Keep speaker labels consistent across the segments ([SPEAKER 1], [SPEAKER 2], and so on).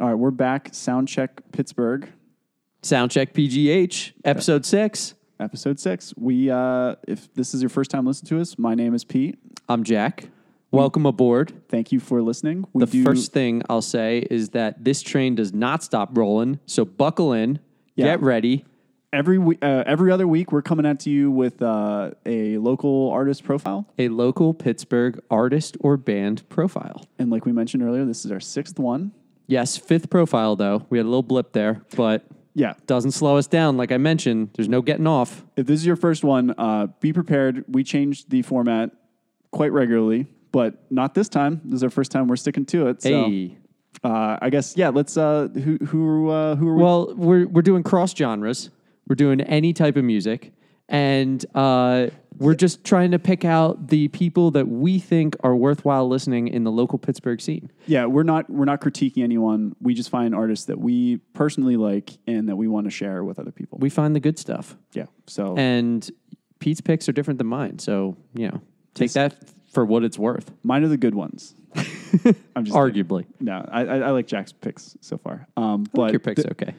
[SPEAKER 1] we're back. Soundcheck Pittsburgh,
[SPEAKER 2] Soundcheck PGH, episode six.
[SPEAKER 1] episode six. We, uh, if this is your first time listening to us, my name is Pete.
[SPEAKER 2] I'm Jack. Welcome aboard.
[SPEAKER 1] Thank you for listening. We
[SPEAKER 2] The
[SPEAKER 1] do,
[SPEAKER 2] first thing I'll say is that this train does not stop rolling. So buckle in,
[SPEAKER 1] Yeah.
[SPEAKER 2] get ready.
[SPEAKER 1] every we- uh, every other week we're coming at you with uh, a local artist profile,
[SPEAKER 2] A local Pittsburgh artist or band profile.
[SPEAKER 1] and like we mentioned earlier, this is our sixth one.
[SPEAKER 2] Yes, fifth profile though. We had a little blip there, but
[SPEAKER 1] Yeah,
[SPEAKER 2] doesn't slow us down. Like I mentioned, there's no getting off.
[SPEAKER 1] if this is your first one, uh, be prepared. We change the format quite regularly, but not this time. This is our first time. We're sticking to it. So,
[SPEAKER 2] Hey.
[SPEAKER 1] uh, I guess yeah. Let's uh, who who uh, who are we?
[SPEAKER 2] Well, we're we're doing cross genres. We're doing any type of music, and uh, we're just trying to pick out the people that we think are worthwhile listening in the local Pittsburgh scene.
[SPEAKER 1] yeah, we're not we're not critiquing anyone. We just find artists that we personally like and that we want to share with other people.
[SPEAKER 2] We find the good stuff,
[SPEAKER 1] yeah. So
[SPEAKER 2] and Pete's picks are different than mine. So you know, take that for what it's worth.
[SPEAKER 1] mine are the good ones. I'm just
[SPEAKER 2] Arguably,
[SPEAKER 1] no. I, I, I like Jack's picks so far. Um, but
[SPEAKER 2] your picks
[SPEAKER 1] th-
[SPEAKER 2] okay.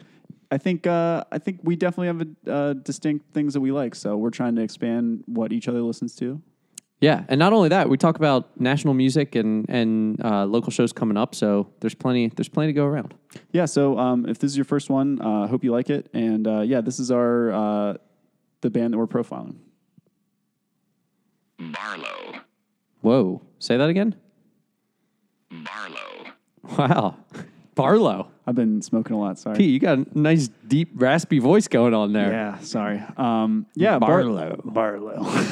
[SPEAKER 1] I think uh, I think we definitely have a, uh, distinct things that we like. So we're trying to expand what each other listens to.
[SPEAKER 2] Yeah, and not only that, we talk about national music and and uh, local shows coming up. So there's plenty there's plenty to go around.
[SPEAKER 1] Yeah. So um, if this is your first one, uh, hope you like it. And uh, yeah, this is our uh, the band that we're profiling.
[SPEAKER 3] Barlow.
[SPEAKER 2] Whoa, say that again.
[SPEAKER 3] Barlow.
[SPEAKER 2] Wow, Barlow.
[SPEAKER 1] I've been smoking a lot. Sorry.
[SPEAKER 2] Pete, you got a nice deep raspy voice going on there.
[SPEAKER 1] Yeah. Sorry. Um, yeah. Bar-
[SPEAKER 2] Barlow.
[SPEAKER 1] Barlow.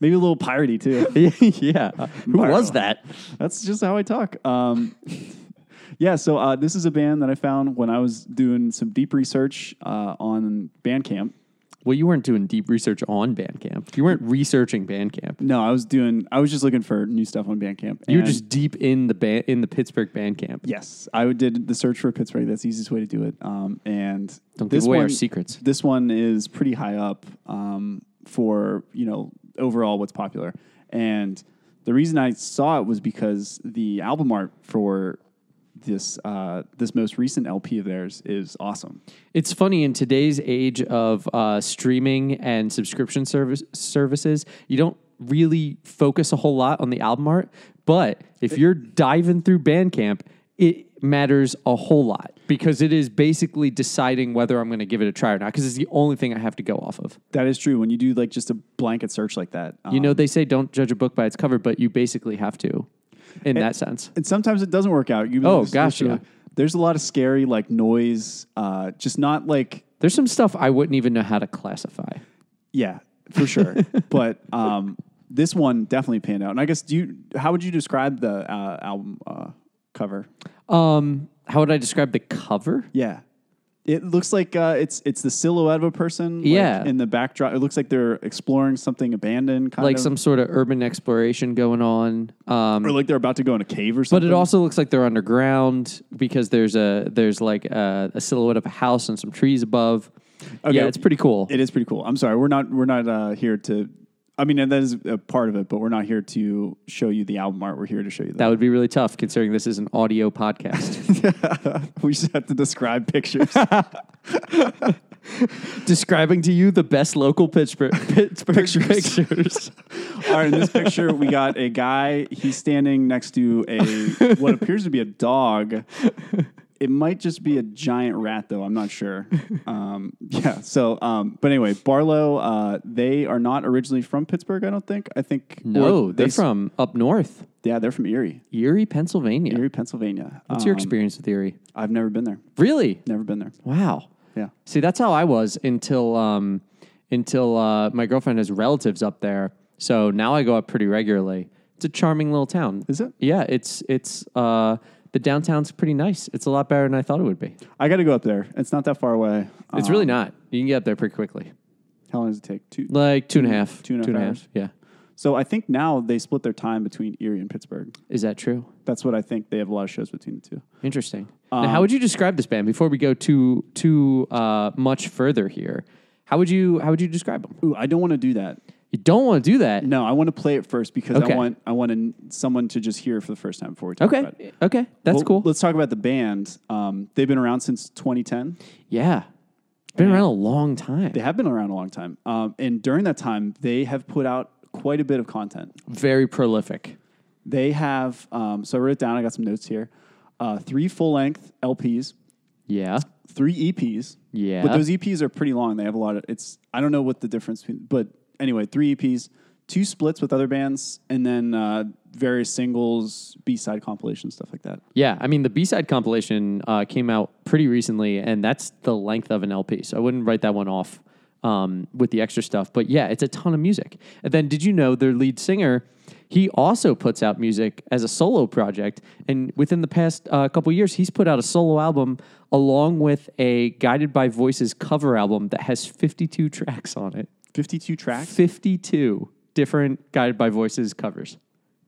[SPEAKER 1] Maybe a little piratey too.
[SPEAKER 2] Yeah. Uh, Who was that?
[SPEAKER 1] That's just how I talk. Um, yeah. So uh, this is a band that I found when I was doing some deep research uh, on Bandcamp.
[SPEAKER 2] Well, you weren't doing deep research on Bandcamp. You weren't researching Bandcamp.
[SPEAKER 1] No, I was doing. I was just looking for new stuff on Bandcamp.
[SPEAKER 2] You were
[SPEAKER 1] and-
[SPEAKER 2] just deep in the ban- in the Pittsburgh Bandcamp.
[SPEAKER 1] Yes, I would- did the search for Pittsburgh. That's the easiest way to do it. Um, and
[SPEAKER 2] Don't give away our secrets.
[SPEAKER 1] This one is pretty high up um, for you know overall what's popular. And the reason I saw it was because the album art for this uh, this most recent LP of theirs is awesome.
[SPEAKER 2] It's funny in today's age of uh, streaming and subscription service services, you don't really focus a whole lot on the album art. But if you're diving through Bandcamp, it matters a whole lot because it is basically deciding whether I'm going to give it a try or not. Because it's the only thing I have to go off of.
[SPEAKER 1] That is true. When you do like just a blanket search like that, um,
[SPEAKER 2] You know, they say don't judge a book by its cover, but you basically have to in that sense.
[SPEAKER 1] and sometimes it doesn't work out. You
[SPEAKER 2] Oh,
[SPEAKER 1] there's-
[SPEAKER 2] gosh,
[SPEAKER 1] there's-
[SPEAKER 2] yeah.
[SPEAKER 1] There's a lot of scary like noise, uh, just not like
[SPEAKER 2] There's some stuff I wouldn't even know how to classify.
[SPEAKER 1] Yeah, for sure. but um, this one definitely panned out. And I guess do you? How would you describe the uh, album uh, cover?
[SPEAKER 2] Um, how would I describe the cover?
[SPEAKER 1] Yeah, it looks like uh, it's it's the silhouette of a person. like,
[SPEAKER 2] Yeah.
[SPEAKER 1] in the backdrop, it looks like they're exploring something abandoned, kind
[SPEAKER 2] Like
[SPEAKER 1] of,
[SPEAKER 2] some sort of urban exploration going on. Um,
[SPEAKER 1] or like they're about to go in a cave or
[SPEAKER 2] but
[SPEAKER 1] something.
[SPEAKER 2] it also looks like they're underground because there's a there's like a, a silhouette of a house and some trees above.
[SPEAKER 1] Okay.
[SPEAKER 2] Yeah, it's pretty cool.
[SPEAKER 1] it is pretty cool. I'm sorry, we're not we're not uh, here to. I mean, that is a part of it, but we're not here to show you the album art. We're here to show you
[SPEAKER 2] that would be really tough considering this is an audio podcast.
[SPEAKER 1] We just have to describe pictures.
[SPEAKER 2] Describing to you the best local Pittsburgh, Pittsburgh pictures.
[SPEAKER 1] All right, in this picture, we got a guy. He's standing next to a what appears to be a dog. It might just be a giant rat, though. I'm not sure. Um, yeah. So, um, but anyway, Barlow. Uh, they are not originally from Pittsburgh. I don't think. I think.
[SPEAKER 2] No,
[SPEAKER 1] or
[SPEAKER 2] they're
[SPEAKER 1] s-
[SPEAKER 2] from up north,
[SPEAKER 1] Yeah, they're from Erie,
[SPEAKER 2] Erie, Pennsylvania.
[SPEAKER 1] Erie, Pennsylvania.
[SPEAKER 2] What's your
[SPEAKER 1] Um,
[SPEAKER 2] experience with Erie?
[SPEAKER 1] I've never been there.
[SPEAKER 2] Really?
[SPEAKER 1] Never been there.
[SPEAKER 2] Wow.
[SPEAKER 1] Yeah.
[SPEAKER 2] See, that's how I was until um, until uh, my girlfriend has relatives up there. So now I go up pretty regularly. It's a charming little town.
[SPEAKER 1] Is it?
[SPEAKER 2] Yeah, it's it's uh, the downtown's pretty nice. It's a lot better than I thought it would be.
[SPEAKER 1] I got to go up there. It's not that far away.
[SPEAKER 2] It's
[SPEAKER 1] Um,
[SPEAKER 2] really not. You can get up there pretty quickly,
[SPEAKER 1] How long does it take? Two.
[SPEAKER 2] like two and a half,
[SPEAKER 1] two and a half hours.
[SPEAKER 2] Yeah,
[SPEAKER 1] So I think now they split their time between Erie and Pittsburgh.
[SPEAKER 2] is that true?
[SPEAKER 1] That's what I think. They have a lot of shows between the two.
[SPEAKER 2] Interesting. now,
[SPEAKER 1] Um,
[SPEAKER 2] how would you describe this band before we go too too uh, much further here? How would you how would you describe them?
[SPEAKER 1] Ooh, I don't want to do that.
[SPEAKER 2] You don't want to do that.
[SPEAKER 1] No, I want to play it first because
[SPEAKER 2] Okay.
[SPEAKER 1] I want I want an- someone to just hear it for the first time before we talk about it.
[SPEAKER 2] Okay. Okay. That's
[SPEAKER 1] Well,
[SPEAKER 2] cool.
[SPEAKER 1] Let's talk about the band. Um, they've been around since 2010.
[SPEAKER 2] Yeah. Been around a long time.
[SPEAKER 1] They have been around a long time. Um, and during that time, they have put out quite a bit of content.
[SPEAKER 2] Very prolific.
[SPEAKER 1] They have, um, so I wrote it down, I got some notes here uh, three full length LPs,
[SPEAKER 2] Yeah.
[SPEAKER 1] three EPs.
[SPEAKER 2] Yeah.
[SPEAKER 1] But those EPs are pretty long. They have a lot of, it's, I don't know what the difference between, but anyway, three EPs, two splits with other bands, and then uh, various singles, B side compilations, stuff like that.
[SPEAKER 2] Yeah. I mean, the B side compilation uh, came out pretty recently, and that's the length of an LP. So I wouldn't write that one off um, with the extra stuff. But yeah, it's a ton of music. And then did you know their lead singer? He also puts out music as a solo project, and within the past uh, couple years, he's put out a solo album along with a Guided by Voices cover album that has 52 tracks on it.
[SPEAKER 1] 52 tracks.
[SPEAKER 2] 52 different Guided by Voices covers.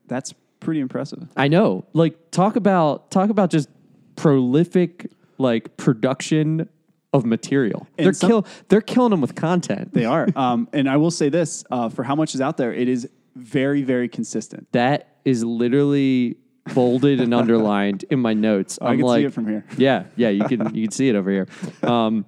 [SPEAKER 1] That's pretty impressive.
[SPEAKER 2] I know. Like talk about talk about just prolific like production of material.
[SPEAKER 1] And
[SPEAKER 2] they're
[SPEAKER 1] some-
[SPEAKER 2] kill they're killing them with content.
[SPEAKER 1] They are. um, and I will say this uh, for how much is out there, it is very, very consistent.
[SPEAKER 2] that is literally bolded and underlined in my notes. I'm
[SPEAKER 1] I can
[SPEAKER 2] like,
[SPEAKER 1] see it from here.
[SPEAKER 2] Yeah, yeah, you can you can see it over here. Um,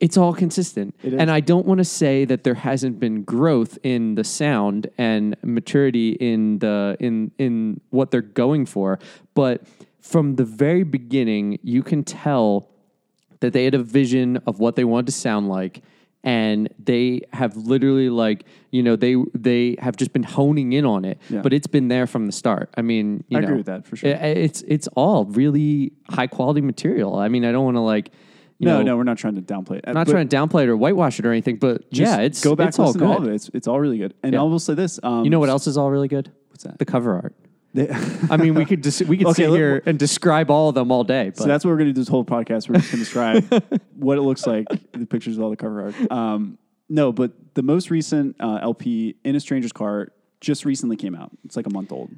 [SPEAKER 2] it's all consistent,
[SPEAKER 1] is.
[SPEAKER 2] and I don't want to say that there hasn't been growth in the sound and maturity in the in in what they're going for, but from the very beginning, you can tell that they had a vision of what they wanted to sound like and they have literally like you know they they have just been honing in on it
[SPEAKER 1] Yeah.
[SPEAKER 2] but it's been there from the start i mean you
[SPEAKER 1] I
[SPEAKER 2] know,
[SPEAKER 1] agree with that, for sure.
[SPEAKER 2] i- it's it's all really high quality material i mean i don't want to like you
[SPEAKER 1] No,
[SPEAKER 2] know,
[SPEAKER 1] no, we're not trying to downplay it. Uh,
[SPEAKER 2] not
[SPEAKER 1] but
[SPEAKER 2] trying to downplay it or whitewash it or anything but
[SPEAKER 1] just
[SPEAKER 2] yeah it's
[SPEAKER 1] go back
[SPEAKER 2] it's
[SPEAKER 1] and
[SPEAKER 2] all
[SPEAKER 1] listen
[SPEAKER 2] good
[SPEAKER 1] to all of it. It's, it's all really good. And I will say this. Um,
[SPEAKER 2] you know what else is all really good what's
[SPEAKER 1] that?
[SPEAKER 2] the cover art
[SPEAKER 1] They,
[SPEAKER 2] i mean we could just we could
[SPEAKER 1] Okay,
[SPEAKER 2] sit
[SPEAKER 1] let-
[SPEAKER 2] here and describe all of them all day but
[SPEAKER 1] so that's what we're going to do this whole podcast. We're just going to describe what it looks like, the pictures of all the cover art. Um, no, but the most recent uh, LP, In a Stranger's Car, just recently came out. It's like a month old.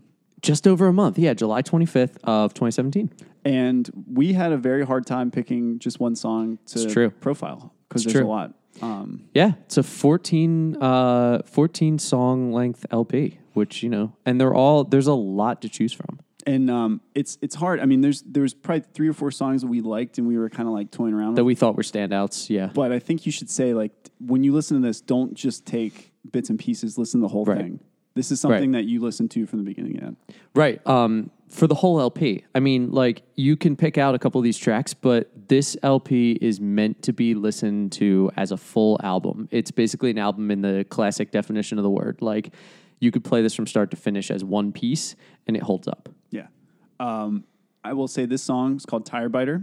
[SPEAKER 2] just over a month yeah july 25th of 2017
[SPEAKER 1] And we had a very hard time picking just one song to
[SPEAKER 2] true.
[SPEAKER 1] profile because
[SPEAKER 2] It's
[SPEAKER 1] there's
[SPEAKER 2] true.
[SPEAKER 1] a lot. Um,
[SPEAKER 2] Yeah, it's a 14, uh, 14 song length LP, which, you know, and they're all, there's a lot to choose from.
[SPEAKER 1] and um, it's it's hard. I mean, there's there's probably three or four songs that we liked and we were kind of like toying around with.
[SPEAKER 2] That we thought were standouts. Yeah.
[SPEAKER 1] But I think you should say like t- when you listen to this, don't just take bits and pieces. Listen to the whole
[SPEAKER 2] Right.
[SPEAKER 1] thing. This is something that you listen to from the beginning to end.
[SPEAKER 2] Right. Um, for the whole LP. I mean, like, you can pick out a couple of these tracks, but this LP is meant to be listened to as a full album. It's basically an album in the classic definition of the word. Like, you could play this from start to finish as one piece and it holds up.
[SPEAKER 1] Yeah. Um, I will say this song is called Tire Biter.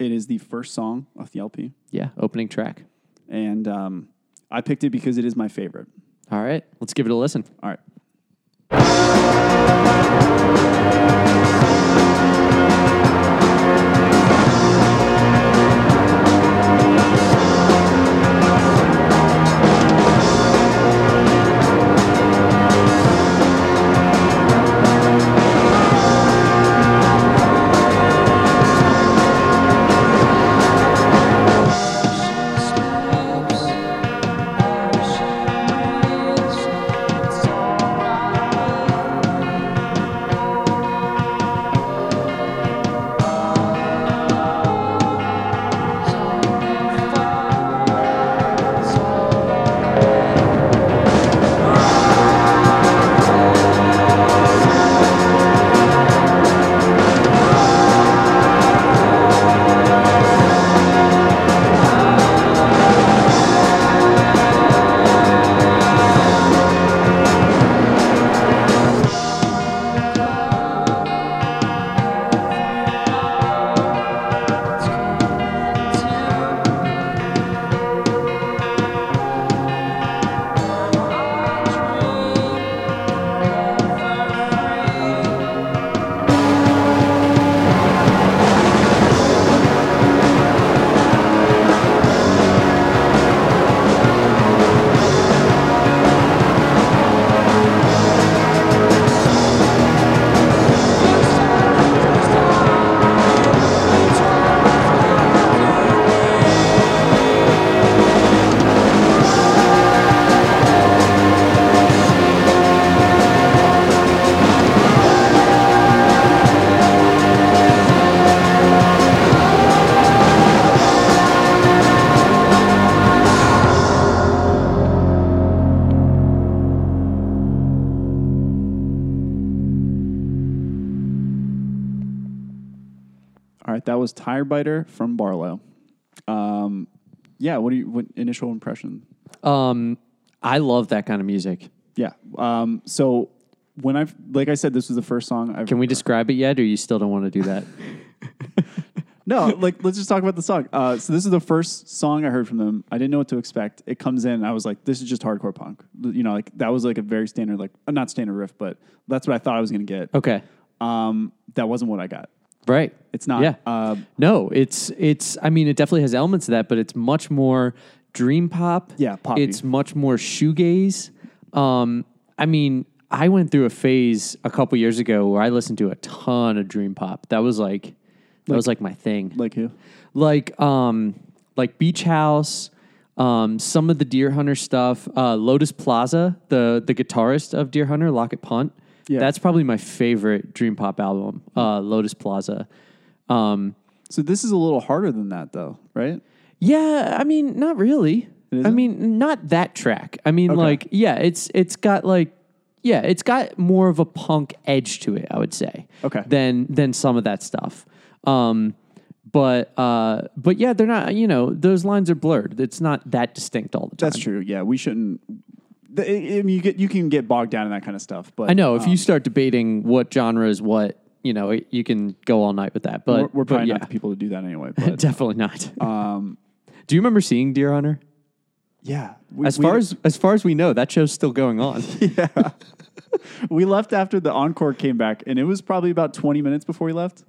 [SPEAKER 1] It is the first song off the LP,
[SPEAKER 2] Yeah. Opening track.
[SPEAKER 1] and um, I picked it because it is my favorite.
[SPEAKER 2] All right. Let's give it a listen.
[SPEAKER 1] All right.
[SPEAKER 3] It's all
[SPEAKER 1] All right, that was Tire Biter from Barlow. Um, yeah, what do you what initial impression?
[SPEAKER 2] Um, I love that kind of music.
[SPEAKER 1] Yeah. Um, so when I've like I said, this was the first song I've
[SPEAKER 2] Can we describe it yet, or you still don't want to do that?
[SPEAKER 1] No, like let's just talk about the song. Uh, so this is the first song I heard from them. I didn't know what to expect. It comes in, and I was like, "This is just hardcore punk." You know, like that was like a very standard, like uh, not standard riff, but that's what I thought I was gonna get.
[SPEAKER 2] okay,
[SPEAKER 1] Um, that wasn't what I got.
[SPEAKER 2] right.
[SPEAKER 1] It's not.
[SPEAKER 2] Yeah.
[SPEAKER 1] Uh,
[SPEAKER 2] no, it's it's. I mean, it definitely has elements of that, but it's much more dream pop.
[SPEAKER 1] Yeah, poppy.
[SPEAKER 2] It's much more shoegaze. Um, I mean, I went through a phase a couple years ago where I listened to a ton of dream pop. That was like, that was like my thing.
[SPEAKER 1] like who?
[SPEAKER 2] like um like Beach House, um some of the Deer Hunter stuff, uh Lotus Plaza, the the guitarist of Deer Hunter, Lockett Punt.
[SPEAKER 1] Yeah.
[SPEAKER 2] That's probably my favorite dream pop album, uh Lotus Plaza. Um
[SPEAKER 1] So this is a little harder than that, though, right?
[SPEAKER 2] yeah, I mean not really. I
[SPEAKER 1] isn't?
[SPEAKER 2] mean not that track. I mean like yeah, it's it's got like yeah, it's got more of a punk edge to it, I would say.
[SPEAKER 1] Okay.
[SPEAKER 2] Than than some of that stuff. Um but uh but yeah, they're not, you know, those lines are blurred. It's not that distinct all the time.
[SPEAKER 1] That's true. Yeah, we shouldn't. The, I- I mean, you get you can get bogged down in that kind of stuff, but uh,
[SPEAKER 2] I know if you start debating what genre is what, you know, it- you can go all night with that. But
[SPEAKER 1] we're, we're
[SPEAKER 2] but
[SPEAKER 1] probably
[SPEAKER 2] yeah,
[SPEAKER 1] not the people to do that anyway. But
[SPEAKER 2] definitely not. Um Do you remember seeing Deer Hunter?
[SPEAKER 1] yeah, we,
[SPEAKER 2] As
[SPEAKER 1] we-
[SPEAKER 2] far as as far as we know, that show's still going on.
[SPEAKER 1] we left after the encore came back, and it was probably about twenty minutes before we left.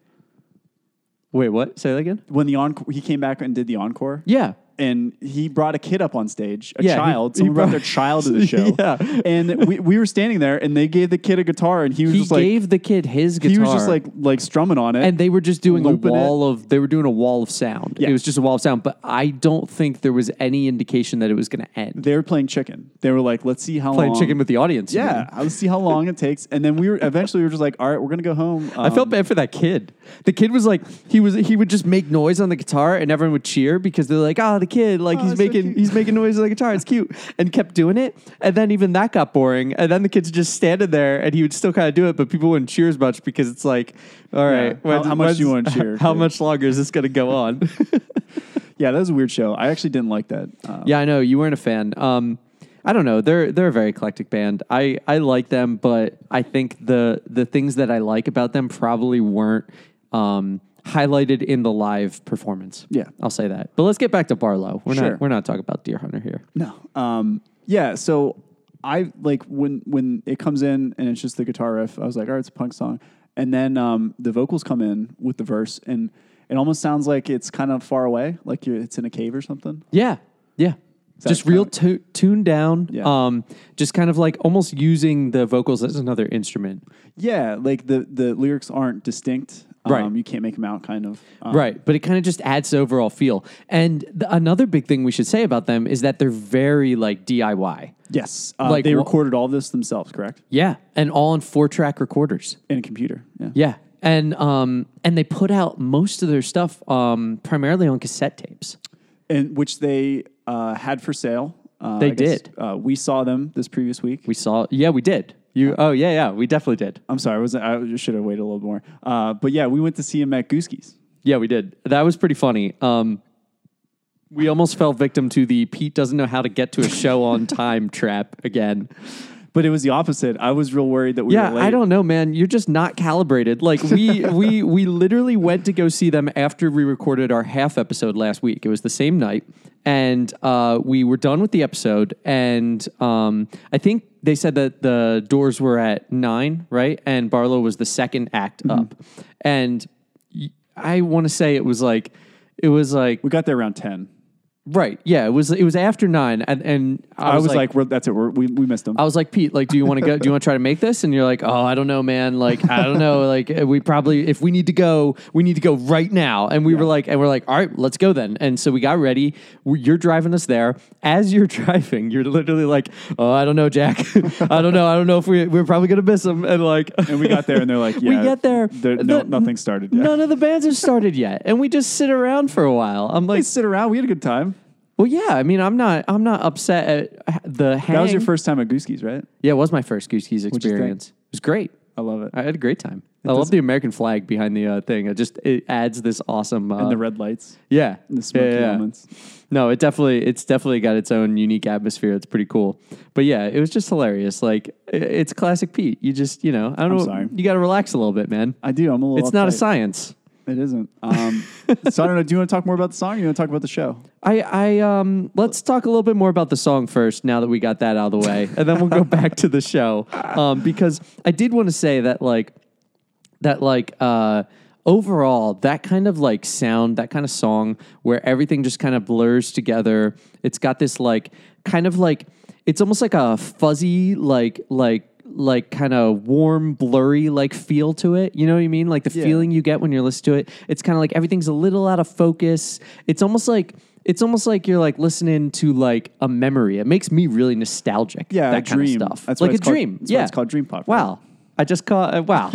[SPEAKER 2] Wait, what? Say that again?
[SPEAKER 1] when the encore he came back and did the encore.
[SPEAKER 2] Yeah.
[SPEAKER 1] And he brought a kid up on stage, a
[SPEAKER 2] Yeah, he-
[SPEAKER 1] child.
[SPEAKER 2] he
[SPEAKER 1] Someone brought,
[SPEAKER 2] brought-
[SPEAKER 1] their child to the show.
[SPEAKER 2] Yeah.
[SPEAKER 1] And we, we were standing there and they gave the kid a guitar and he was
[SPEAKER 2] He
[SPEAKER 1] just like
[SPEAKER 2] gave the kid his guitar.
[SPEAKER 1] he was just like like strumming on it.
[SPEAKER 2] and they were just doing a
[SPEAKER 1] Looping it.
[SPEAKER 2] wall of they were doing a wall of sound.
[SPEAKER 1] Yeah.
[SPEAKER 2] It was just a wall of sound, but I don't think there was any indication that it was going to end.
[SPEAKER 1] they were playing chicken. They were like, let's see how
[SPEAKER 2] Playing
[SPEAKER 1] long
[SPEAKER 2] chicken with the audience. you
[SPEAKER 1] Yeah.
[SPEAKER 2] mean.
[SPEAKER 1] Let's see how long it takes. And then we were eventually we were just like, all right, we're gonna go home.
[SPEAKER 2] I felt bad for that kid. The kid was like, he was he would just make noise on the guitar, and everyone would cheer because they're like, "Oh, the kid! Like
[SPEAKER 1] Oh,
[SPEAKER 2] he's
[SPEAKER 1] it's so
[SPEAKER 2] making
[SPEAKER 1] cute."
[SPEAKER 2] he's making noise on the guitar. It's cute." And kept doing it, and then even that got boring. And then the kid's just standing there, and he would still kind of do it, but people wouldn't cheer as much because it's like, "All right,
[SPEAKER 1] How- how much do you wanna cheer,
[SPEAKER 2] How
[SPEAKER 1] kid?"
[SPEAKER 2] much longer is this going to go on?"
[SPEAKER 1] Um, yeah, that was a weird show. I actually didn't like that. Um,
[SPEAKER 2] Yeah, I know you weren't a fan. Um, I don't know. They're they're a very eclectic band. I I like them, but I think the the things that I like about them probably weren't um, highlighted in the live performance.
[SPEAKER 1] Yeah.
[SPEAKER 2] I'll say that. But let's get back to Barlow. We're
[SPEAKER 1] Sure.
[SPEAKER 2] not we're not talking about Deer Hunter here.
[SPEAKER 1] No. Um, yeah. So I like when when it comes in and it's just the guitar riff. I was like, all right, it's a punk song. And then um, the vocals come in with the verse, and it almost sounds like it's kind of far away, like you're, it's in a cave or something.
[SPEAKER 2] Yeah, yeah.
[SPEAKER 1] that
[SPEAKER 2] just real tu- tuned down.
[SPEAKER 1] Yeah.
[SPEAKER 2] Um, just kind of like almost using the vocals as another instrument.
[SPEAKER 1] Yeah, like the the lyrics aren't distinct. Um,
[SPEAKER 2] Right.
[SPEAKER 1] You can't make them out, kind of. Um,
[SPEAKER 2] right, but it kind of just adds to overall feel. And th- another big thing we should say about them is that they're very like DIY.
[SPEAKER 1] Yes. Uh,
[SPEAKER 2] Like
[SPEAKER 1] they
[SPEAKER 2] wha-
[SPEAKER 1] recorded all this themselves, correct?
[SPEAKER 2] Yeah, and all on four track recorders.
[SPEAKER 1] In a computer. Yeah.
[SPEAKER 2] Yeah, and um, and they put out most of their stuff um, primarily on cassette tapes.
[SPEAKER 1] And which they uh, had for sale. Uh,
[SPEAKER 2] They
[SPEAKER 1] I guess,
[SPEAKER 2] did.
[SPEAKER 1] Uh, we saw them this previous week.
[SPEAKER 2] We saw, yeah, we did. You, oh yeah, yeah, we definitely did.
[SPEAKER 1] I'm sorry, I was I should have waited a little more. Uh, but yeah, we went to see him at Gooskey's.
[SPEAKER 2] Yeah, we did. That was pretty funny. Um, we almost fell victim to the Pete doesn't know how to get to a show on time trap again.
[SPEAKER 1] But it was the opposite. I was real worried that we
[SPEAKER 2] Yeah,
[SPEAKER 1] were late.
[SPEAKER 2] I don't know, man. You're just not calibrated. Like we we we literally went to go see them after we recorded our half episode last week. It was the same night, and uh, we were done with the episode. And um, I think they said that the doors were at nine, right? And Barlow was the second act up, and y- I want to say it was like it was like
[SPEAKER 1] We got there around ten.
[SPEAKER 2] right, yeah. It was it was after nine, and, and I,
[SPEAKER 1] I was,
[SPEAKER 2] like
[SPEAKER 1] like, we're, "That's it. We're, we we missed him."
[SPEAKER 2] I was like, Pete, like, do you want to go? Do you want to try to make this? And you're like, oh, I don't know, man. Like, I don't know. Like, eh, we probably, if we need to go, we need to go right now. And we were like, and we're like, all right, let's go then. And so we got ready. We, you're driving us there. As you're driving, you're literally like, oh, I don't know, Jack. I don't know. I don't know if we, we're probably going to miss him. And like,
[SPEAKER 1] and we got there, and they're like,
[SPEAKER 2] we
[SPEAKER 1] "Yeah,
[SPEAKER 2] get there.
[SPEAKER 1] there- no,
[SPEAKER 2] the-
[SPEAKER 1] nothing started. Yet.
[SPEAKER 2] None of the bands have started yet. And we just sit around for a while. I'm
[SPEAKER 1] we
[SPEAKER 2] like,
[SPEAKER 1] sit around. We had a good time.
[SPEAKER 2] well, yeah, I mean, I'm not, I'm not upset at the hang.
[SPEAKER 1] That was your first time at Gooskey's, right?
[SPEAKER 2] Yeah, it was my first Goose Keys
[SPEAKER 1] you think?
[SPEAKER 2] experience. It was great.
[SPEAKER 1] I love it.
[SPEAKER 2] I had a great time. I love the American flag behind the uh, thing. It just it adds this awesome. Uh,
[SPEAKER 1] and the red lights,
[SPEAKER 2] yeah,
[SPEAKER 1] the smoky
[SPEAKER 2] yeah, yeah.
[SPEAKER 1] elements.
[SPEAKER 2] No, it definitely it's definitely got its own unique atmosphere. It's pretty cool. But yeah, it was just hilarious. Like i- it's classic Pete. You just you know I don't know.
[SPEAKER 1] sorry.
[SPEAKER 2] You got to relax a little bit, man.
[SPEAKER 1] I do. I'm a little.
[SPEAKER 2] It's not a
[SPEAKER 1] uptight.
[SPEAKER 2] science.
[SPEAKER 1] It isn't. Um, so I don't know. Do you want to talk more about the song? Or you want to talk about the show?
[SPEAKER 2] I, I um let's talk a little bit more about the song first now that we got that out of the way and then we'll go back to the show um because I did want to say that like that like uh overall that kind of like sound that kind of song where everything just kind of blurs together it's got this like kind of like it's almost like a fuzzy like like like kind of warm blurry like feel to it you know what i mean like the
[SPEAKER 1] Yeah.
[SPEAKER 2] feeling you get when you're listening to it it's kind of like everything's a little out of focus it's almost like it's almost like you're like listening to like a memory it makes me really nostalgic
[SPEAKER 1] Yeah,
[SPEAKER 2] that
[SPEAKER 1] a
[SPEAKER 2] kind
[SPEAKER 1] dream.
[SPEAKER 2] of stuff
[SPEAKER 1] That's what
[SPEAKER 2] like a
[SPEAKER 1] it's called-
[SPEAKER 2] dream
[SPEAKER 1] that's what
[SPEAKER 2] yeah
[SPEAKER 1] it's called dream pop, right?
[SPEAKER 2] wow I just caught. Uh, wow,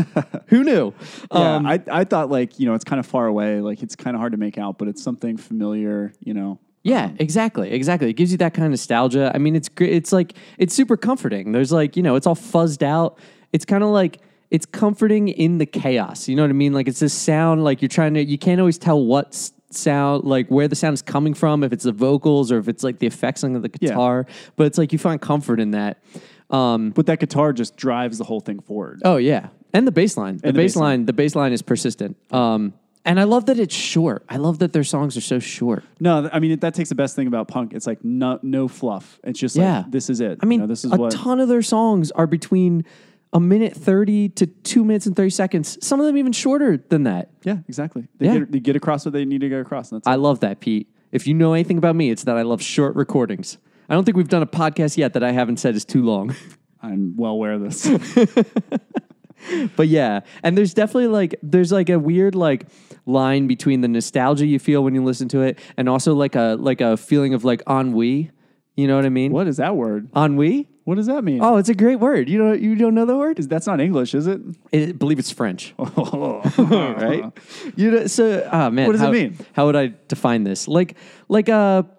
[SPEAKER 2] who knew?
[SPEAKER 1] Yeah,
[SPEAKER 2] Um,
[SPEAKER 1] I, I thought like you know it's kind of far away, like it's kind of hard to make out, but it's something familiar. You know,
[SPEAKER 2] yeah, exactly, exactly. It gives you that kind of nostalgia. I mean, it's gr- it's like it's super comforting. There's like you know, it's all fuzzed out. It's kind of like it's comforting in the chaos. You know what I mean? Like it's this sound. Like you're trying to. You can't always tell what s- sound like where the sound is coming from if it's the vocals or if it's like the effects on the guitar but it's like you find comfort in that um
[SPEAKER 1] but that guitar just drives the whole thing forward.
[SPEAKER 2] Oh yeah, and the bass line. The,
[SPEAKER 1] And the
[SPEAKER 2] bass
[SPEAKER 1] bass line.
[SPEAKER 2] line. The bass line is persistent. Um, and I love that it's short. I love that their songs are so short.
[SPEAKER 1] No, th- I mean that takes the best thing about punk. It's like no, no fluff. It's just
[SPEAKER 2] Yeah.
[SPEAKER 1] like this is it.
[SPEAKER 2] I mean,
[SPEAKER 1] this is
[SPEAKER 2] a
[SPEAKER 1] what
[SPEAKER 2] ton of their songs are between a minute thirty to two minutes and thirty seconds. Some of them even shorter than that.
[SPEAKER 1] Yeah, exactly. They,
[SPEAKER 2] Yeah.
[SPEAKER 1] Get, they get across what they need to get across. And that's
[SPEAKER 2] I love that, Pete. If you know anything about me, it's that I love short recordings. I don't think we've done a podcast yet that I haven't said is too long.
[SPEAKER 1] I'm well aware of this.
[SPEAKER 2] but yeah and there's definitely like there's like a weird like line between the nostalgia you feel when you listen to it and also like a like a feeling of like ennui you know what i mean
[SPEAKER 1] what is that word?
[SPEAKER 2] ennui
[SPEAKER 1] What does that mean?
[SPEAKER 2] oh it's a great word you don't you don't know the word
[SPEAKER 1] Is, that's not English, is it?
[SPEAKER 2] i believe it's french
[SPEAKER 1] right?
[SPEAKER 2] right you know so oh man
[SPEAKER 1] What does it
[SPEAKER 2] how-
[SPEAKER 1] mean?
[SPEAKER 2] how would i define this like like uh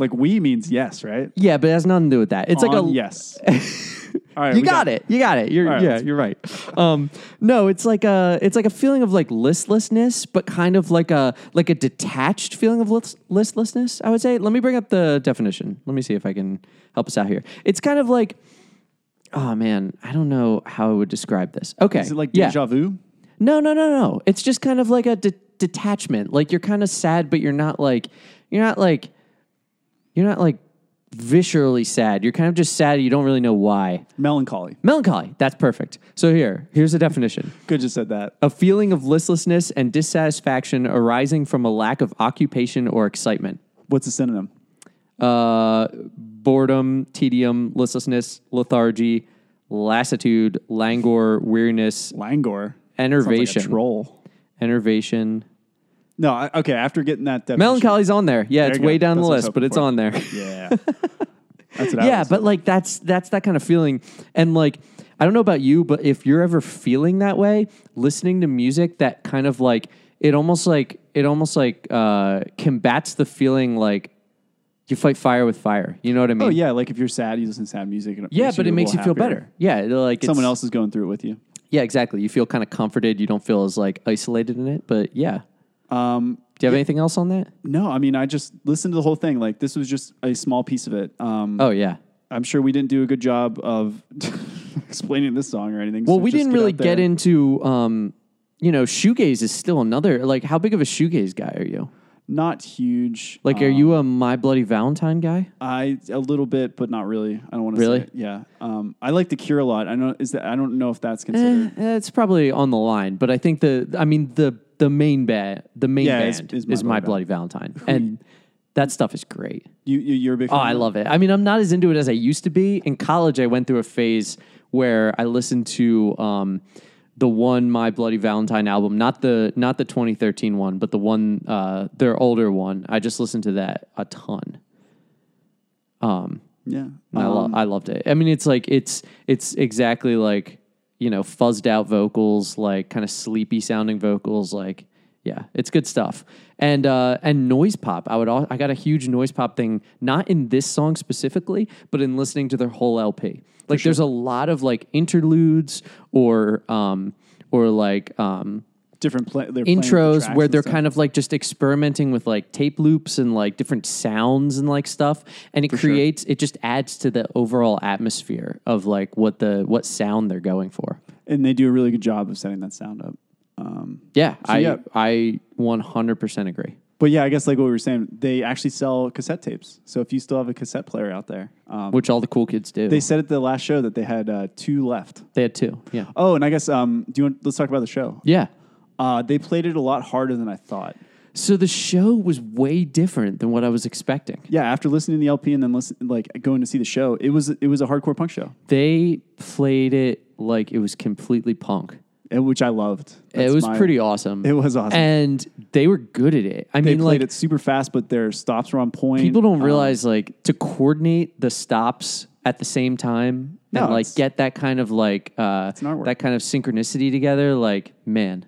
[SPEAKER 1] Like we means yes, right?
[SPEAKER 2] yeah but it has nothing to do with that it's like
[SPEAKER 1] On
[SPEAKER 2] a
[SPEAKER 1] yes. All right,
[SPEAKER 2] you
[SPEAKER 1] we
[SPEAKER 2] got, it. You got it. You're
[SPEAKER 1] All right,
[SPEAKER 2] yeah,
[SPEAKER 1] let's-
[SPEAKER 2] you're right. Um, no, it's like a it's like a feeling of like listlessness, but kind of like a like a detached feeling of list, listlessness. I would say. Let me bring up the definition. Let me see if I can help us out here. It's kind of like, oh man, I don't know how I would describe this. Okay,
[SPEAKER 1] Is it like
[SPEAKER 2] yeah.
[SPEAKER 1] deja vu?
[SPEAKER 2] No, no, no, no. It's just kind of like a de- detachment. Like you're kind of sad, but you're not like you're not like you're not like viscerally sad. You're kind of just sad. You don't really know why.
[SPEAKER 1] Melancholy.
[SPEAKER 2] Melancholy. That's perfect. So here, here's a definition.
[SPEAKER 1] Good, just said that.
[SPEAKER 2] A feeling of listlessness and dissatisfaction arising from a lack of occupation or excitement.
[SPEAKER 1] What's the synonym?
[SPEAKER 2] Uh, boredom, tedium, listlessness, lethargy, lassitude, languor, weariness,
[SPEAKER 1] Langor. Sounds
[SPEAKER 2] enervation.
[SPEAKER 1] like a troll.
[SPEAKER 2] enervation.
[SPEAKER 1] No, I, okay. After getting that definition,
[SPEAKER 2] Melancholy's on there. Yeah, it's
[SPEAKER 1] you go.
[SPEAKER 2] way down
[SPEAKER 1] That's
[SPEAKER 2] the
[SPEAKER 1] what I was
[SPEAKER 2] list, but
[SPEAKER 1] hoping
[SPEAKER 2] it's
[SPEAKER 1] for.
[SPEAKER 2] on there.
[SPEAKER 1] Yeah, that's what I
[SPEAKER 2] yeah
[SPEAKER 1] was-
[SPEAKER 2] but like that's that's that kind of feeling and like i don't know about you but if you're ever feeling that way listening to music that kind of like it almost like it almost like uh combats the feeling like you fight fire with fire you know what i mean
[SPEAKER 1] oh yeah, like if you're sad, you listen to sad music. And it
[SPEAKER 2] yeah but
[SPEAKER 1] a
[SPEAKER 2] it makes you
[SPEAKER 1] little
[SPEAKER 2] feel
[SPEAKER 1] happier.
[SPEAKER 2] better yeah like it's,
[SPEAKER 1] Someone else is going through it with you.
[SPEAKER 2] yeah exactly you feel kind of comforted you don't feel as like isolated in it but yeah
[SPEAKER 1] Um,
[SPEAKER 2] do you have anything else on that
[SPEAKER 1] no, I mean, I just listened to the whole thing. Like this was just a small piece of it. Um,
[SPEAKER 2] oh yeah
[SPEAKER 1] I'm sure we didn't do a good job of explaining this song or anything.
[SPEAKER 2] Well, we didn't really get into, um, you know, shoegaze is still another. Like, how big of a shoegaze guy are you?
[SPEAKER 1] Not huge.
[SPEAKER 2] Like, are you a My Bloody Valentine guy?
[SPEAKER 1] I a little bit, but not really. I don't want to
[SPEAKER 2] Really?
[SPEAKER 1] Say it. Yeah. Um, I like the Cure a lot. I know is that I don't know if that's
[SPEAKER 2] Eh,
[SPEAKER 1] considered.
[SPEAKER 2] it's probably on the line, but I think the, I mean the the main band, the main
[SPEAKER 1] Yeah, is-
[SPEAKER 2] band is,
[SPEAKER 1] is
[SPEAKER 2] My,
[SPEAKER 1] My Bloody
[SPEAKER 2] Bloody Valentine, and that stuff is great.
[SPEAKER 1] You, you you're a big.
[SPEAKER 2] Oh, I love it. I mean, I'm not as into it as I used to be. In college, I went through a phase where I listened to um, the one My Bloody Valentine album, not the not the 2013 one, but the one uh, their older one. I just listened to that a ton.
[SPEAKER 1] Yeah.
[SPEAKER 2] I, lo- I loved it. I mean, it's like it's it's exactly like you know fuzzed out vocals, like kind of sleepy sounding vocals. Like yeah, it's good stuff. And uh, and noise pop. I would all, I got a huge noise pop thing, not in this song specifically, but in listening to their whole LP. Like there's a lot of like interludes or um or like um,
[SPEAKER 1] Different play, they're playing with the
[SPEAKER 2] intros
[SPEAKER 1] tracks
[SPEAKER 2] where
[SPEAKER 1] and
[SPEAKER 2] they're
[SPEAKER 1] stuff.
[SPEAKER 2] kind of like just experimenting with like tape loops and like different sounds and like stuff and it
[SPEAKER 1] sure.
[SPEAKER 2] creates it just adds to the overall atmosphere of like what the what sound they're going for
[SPEAKER 1] and they do a really good job of setting that sound up. Um,
[SPEAKER 2] yeah i
[SPEAKER 1] yeah.
[SPEAKER 2] i 100% agree
[SPEAKER 1] but yeah, I guess like what we were saying, they actually sell cassette tapes. So if you still have a cassette player out there, um,
[SPEAKER 2] which all the cool kids do
[SPEAKER 1] they
[SPEAKER 2] they,
[SPEAKER 1] said at the last show that they had uh, two left.
[SPEAKER 2] had two yeah
[SPEAKER 1] Oh, and I guess um, do you want? Let's talk about the show.
[SPEAKER 2] yeah
[SPEAKER 1] Uh, they played it a lot harder than I thought.
[SPEAKER 2] so the show was way different than what i was expecting
[SPEAKER 1] Yeah, after listening to the LP and then listen, like going to see the show, it was it was a hardcore punk show,
[SPEAKER 2] they played it like it was completely punk
[SPEAKER 1] eh, which I loved. That's
[SPEAKER 2] it was
[SPEAKER 1] my-
[SPEAKER 2] pretty awesome
[SPEAKER 1] It was awesome.
[SPEAKER 2] and they were good at it i
[SPEAKER 1] They
[SPEAKER 2] mean
[SPEAKER 1] played
[SPEAKER 2] like
[SPEAKER 1] it super fast, but their stops were on point.
[SPEAKER 2] People don't
[SPEAKER 1] Um,
[SPEAKER 2] realize like to coordinate the stops at the same time
[SPEAKER 1] No,
[SPEAKER 2] and like
[SPEAKER 1] it's-
[SPEAKER 2] get that kind of like uh,
[SPEAKER 1] an artwork.
[SPEAKER 2] that kind of synchronicity together. Like, man,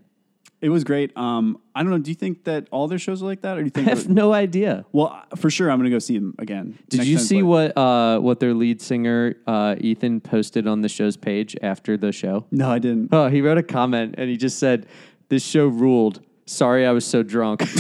[SPEAKER 1] it was great. Um, I don't know. Do you think that all their shows are like that, or do you think?
[SPEAKER 2] I have no idea.
[SPEAKER 1] well, for sure, I'm going to go see them again.
[SPEAKER 2] Did
[SPEAKER 1] next
[SPEAKER 2] you
[SPEAKER 1] time
[SPEAKER 2] see
[SPEAKER 1] they play.
[SPEAKER 2] what uh, what their lead singer uh, Ethan posted on the show's page after the show?
[SPEAKER 1] No, I didn't.
[SPEAKER 2] Oh, he wrote a comment and he just said, "This show ruled." Sorry, I was so drunk.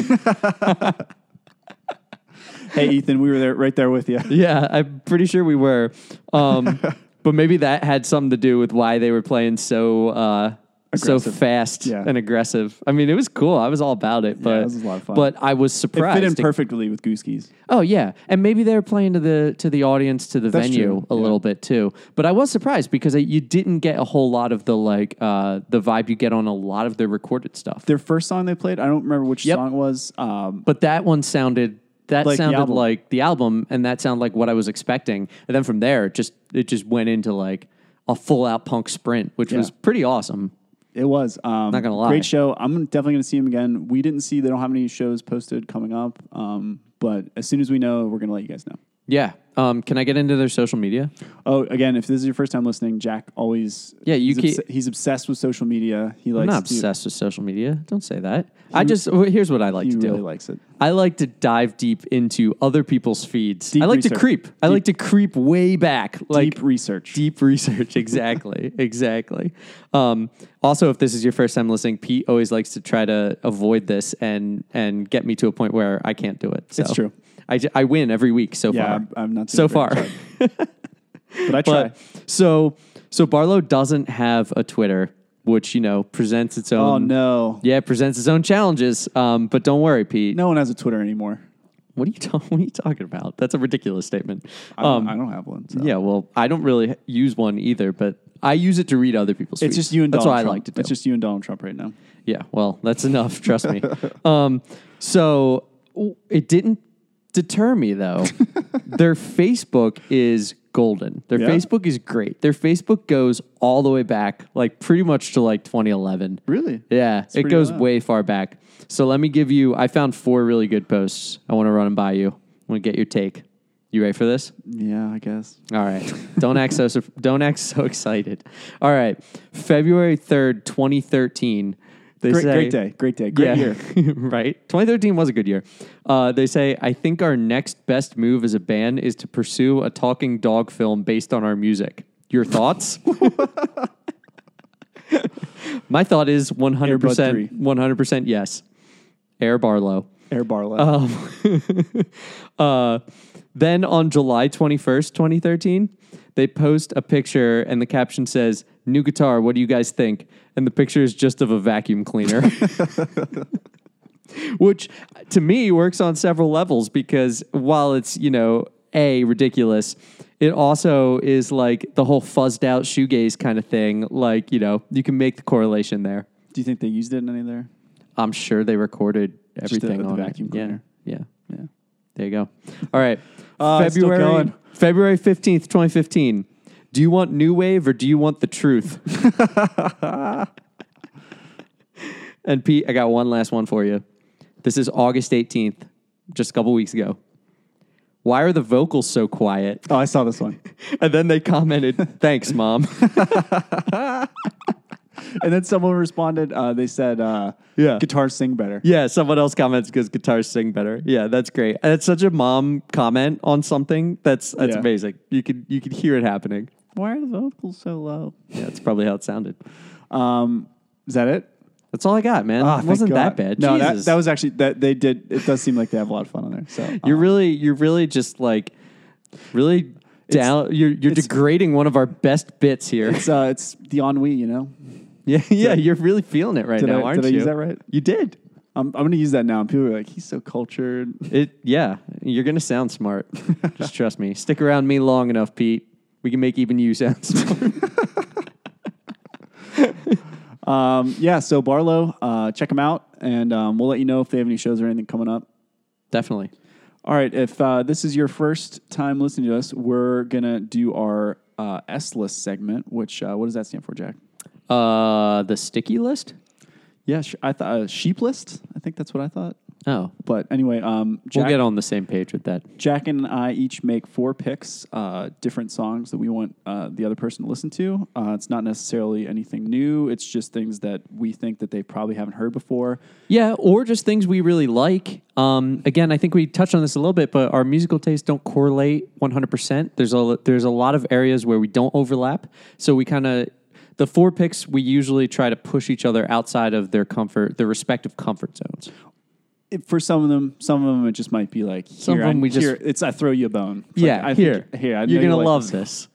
[SPEAKER 1] hey, Ethan, we were there, right there with you.
[SPEAKER 2] yeah, I'm pretty sure we were, um, but maybe that had something to do with why they were playing so uh, so
[SPEAKER 1] Aggressive.
[SPEAKER 2] fast
[SPEAKER 1] Yeah.
[SPEAKER 2] and aggressive. I mean, it was cool. I was all about it, but
[SPEAKER 1] it was a lot of fun.
[SPEAKER 2] but I was
[SPEAKER 1] It
[SPEAKER 2] surprised.
[SPEAKER 1] fit in perfectly with Goose Keys.
[SPEAKER 2] Oh yeah, and maybe they were playing to the to the audience to the
[SPEAKER 1] That's
[SPEAKER 2] venue
[SPEAKER 1] true,
[SPEAKER 2] a
[SPEAKER 1] yeah.
[SPEAKER 2] little bit too. But I was surprised because I, you didn't get a whole lot of the like uh, the vibe you get on a lot of their recorded stuff.
[SPEAKER 1] Their first song they played, I don't remember which
[SPEAKER 2] Yep.
[SPEAKER 1] song it was. Um,
[SPEAKER 2] But that one sounded that
[SPEAKER 1] Like the
[SPEAKER 2] sounded
[SPEAKER 1] album.
[SPEAKER 2] like the album, and that sounded like what I was expecting. And then from there, it just it just went into like a full out punk sprint, which was pretty awesome.
[SPEAKER 1] it was. Um,
[SPEAKER 2] Not gonna lie.
[SPEAKER 1] Great show. I'm definitely going to see them again. We didn't see, they don't have any shows posted coming up. Um, but as soon as we know, we're going to let you guys know.
[SPEAKER 2] Yeah. Um, can I get into their social media?
[SPEAKER 1] Oh, again, if this is your first time listening, Jack always.
[SPEAKER 2] Yeah, you
[SPEAKER 1] he's, obs-
[SPEAKER 2] keep-
[SPEAKER 1] he's obsessed with social media. He
[SPEAKER 2] I'm
[SPEAKER 1] likes
[SPEAKER 2] not
[SPEAKER 1] to-
[SPEAKER 2] obsessed with social media. Don't say that. I just well, here's what I like
[SPEAKER 1] He
[SPEAKER 2] to do.
[SPEAKER 1] really likes it.
[SPEAKER 2] I like to dive deep into other people's feeds.
[SPEAKER 1] Deep
[SPEAKER 2] I like to
[SPEAKER 1] research.
[SPEAKER 2] creep. I like to creep way back. Like
[SPEAKER 1] deep research.
[SPEAKER 2] deep research. Exactly. exactly. Um, also, if this is your first time listening, Pete always likes to try to avoid this and and get me to a point where I can't do it. So
[SPEAKER 1] It's true.
[SPEAKER 2] I, j- I win every week so
[SPEAKER 1] Yeah,
[SPEAKER 2] far.
[SPEAKER 1] I'm- I'm not doing
[SPEAKER 2] so
[SPEAKER 1] a great
[SPEAKER 2] far.
[SPEAKER 1] job. but I try.
[SPEAKER 2] but so so Barlow doesn't have a Twitter, which you know presents its own.
[SPEAKER 1] oh no,
[SPEAKER 2] um, Yeah, it presents its own challenges. Um, but don't worry, Pete.
[SPEAKER 1] no one has a Twitter anymore.
[SPEAKER 2] What are you ta- What are you talking about? That's a ridiculous statement. Um,
[SPEAKER 1] I don't, I don't have one. So.
[SPEAKER 2] Yeah, well, I don't really use one either, but I use it to read other people's.
[SPEAKER 1] It's
[SPEAKER 2] tweets.
[SPEAKER 1] just you and
[SPEAKER 2] that's
[SPEAKER 1] Donald
[SPEAKER 2] what
[SPEAKER 1] Trump.
[SPEAKER 2] I like to do.
[SPEAKER 1] It's just you and Donald Trump right now.
[SPEAKER 2] yeah, well, that's enough. Trust me. Um, so w- it didn't deter me though. Their Facebook is golden. Their
[SPEAKER 1] Yeah?
[SPEAKER 2] Facebook is great. Their Facebook goes all the way back, like pretty much to like 2011.
[SPEAKER 1] Really?
[SPEAKER 2] Yeah, it
[SPEAKER 1] pretty
[SPEAKER 2] goes
[SPEAKER 1] wild.
[SPEAKER 2] way far back. So let me give you. I found four really good posts. I want to run them by you. I want to get your take. You ready for this?
[SPEAKER 1] Yeah, I guess.
[SPEAKER 2] All right. Don't act so sur- don't act so excited. All right. February 3rd, 2013. They
[SPEAKER 1] Great,
[SPEAKER 2] say
[SPEAKER 1] great day. Great day. Great year.
[SPEAKER 2] right. 2013 was a good year. Uh, they say I think our next best move as a band is to pursue a talking dog film based on our music. Your thoughts? My thought is 100%
[SPEAKER 1] three.
[SPEAKER 2] 100% yes. Air Barlow.
[SPEAKER 1] Air Barlow.
[SPEAKER 2] Um, Uh, then on July 21st, 2013, they post a picture and the caption says, New guitar, what do you guys think? And the picture is just of a vacuum cleaner. Which to me works on several levels because while it's, you know, A, ridiculous, it also is like the whole fuzzed out shoegaze kind of thing. Like, you know, you can make the correlation there.
[SPEAKER 1] Do you think they used it in any of their?
[SPEAKER 2] I'm sure they recorded
[SPEAKER 1] the-
[SPEAKER 2] everything
[SPEAKER 1] the
[SPEAKER 2] on it.
[SPEAKER 1] vacuum cleaner.
[SPEAKER 2] Yeah. yeah.
[SPEAKER 1] Yeah.
[SPEAKER 2] There you go. All right.
[SPEAKER 1] Uh, it's still
[SPEAKER 2] February
[SPEAKER 1] going.
[SPEAKER 2] February 15th, 2015. Do you want new wave or do you want the truth? and Pete, I got one last one for you. This is August 18th, just a couple weeks ago. Why are the vocals so quiet?
[SPEAKER 1] Oh, I saw this one.
[SPEAKER 2] And then they commented, "Thanks, mom."
[SPEAKER 1] and then someone responded. Uh, they said, uh,
[SPEAKER 2] Yeah.
[SPEAKER 1] guitars sing better."
[SPEAKER 2] Yeah, someone else comments because guitars sing better. Yeah, that's great. And It's such a mom comment on something. That's that's
[SPEAKER 1] Yeah.
[SPEAKER 2] amazing. You could you could hear it happening.
[SPEAKER 1] Why are the vocals so low?
[SPEAKER 2] Yeah, that's probably how it sounded.
[SPEAKER 1] Um, Is that it?
[SPEAKER 2] That's all I got, man.
[SPEAKER 1] Ah,
[SPEAKER 2] it
[SPEAKER 1] thank
[SPEAKER 2] wasn't that
[SPEAKER 1] God.
[SPEAKER 2] bad.
[SPEAKER 1] No, that,
[SPEAKER 2] Jesus.
[SPEAKER 1] that was actually that they did. It does seem like they have a lot of fun on there. So Uh,
[SPEAKER 2] You're really, you're really just like, really down. You're you're
[SPEAKER 1] it's-
[SPEAKER 2] degrading one of our best bits here.
[SPEAKER 1] it's uh, it's the ennui, you know.
[SPEAKER 2] Yeah, yeah. You're really feeling it right
[SPEAKER 1] Did
[SPEAKER 2] now,
[SPEAKER 1] I,
[SPEAKER 2] aren't
[SPEAKER 1] did I
[SPEAKER 2] you?
[SPEAKER 1] use that right?
[SPEAKER 2] You did.
[SPEAKER 1] I'm, I'm going to use that now. And people are like, he's so cultured.
[SPEAKER 2] It. Yeah, you're gonna sound smart. just trust me. Stick around me long enough, Pete. We can make even you sound smart.
[SPEAKER 1] Um, yeah, so Barlow, uh, check him out, and um, we'll let you know if they have any shows or anything coming up.
[SPEAKER 2] Definitely.
[SPEAKER 1] All right, if uh, this is your first time listening to us, we're going to do our uh, S list segment, which, uh, what does that stand for, Jack?
[SPEAKER 2] Uh, the sticky list.
[SPEAKER 1] Yeah, sh- I thought uh, sheep list. I think that's what I thought.
[SPEAKER 2] Oh,
[SPEAKER 1] But anyway, um, Jack,
[SPEAKER 2] we'll get on the same page with that.
[SPEAKER 1] Jack and I each make four picks, uh, different songs that we want uh, the other person to listen to. Uh, it's not necessarily anything new. It's just things that we think that they probably haven't heard before.
[SPEAKER 2] Yeah, or just things we really like. Um, again, I think we touched on this a little bit, but our musical tastes don't correlate 100%. There's a there's a lot of areas where we don't overlap. So we kind of the four picks we usually try to push each other outside of their comfort, their respective comfort zones.
[SPEAKER 1] it- for some of them, some of them it just might be like here,
[SPEAKER 2] Some of them
[SPEAKER 1] I-
[SPEAKER 2] we just-
[SPEAKER 1] here, it's I throw you a bone. It's like,
[SPEAKER 2] yeah,
[SPEAKER 1] I
[SPEAKER 2] here,
[SPEAKER 1] think, here I know
[SPEAKER 2] you're gonna
[SPEAKER 1] you like
[SPEAKER 2] love this.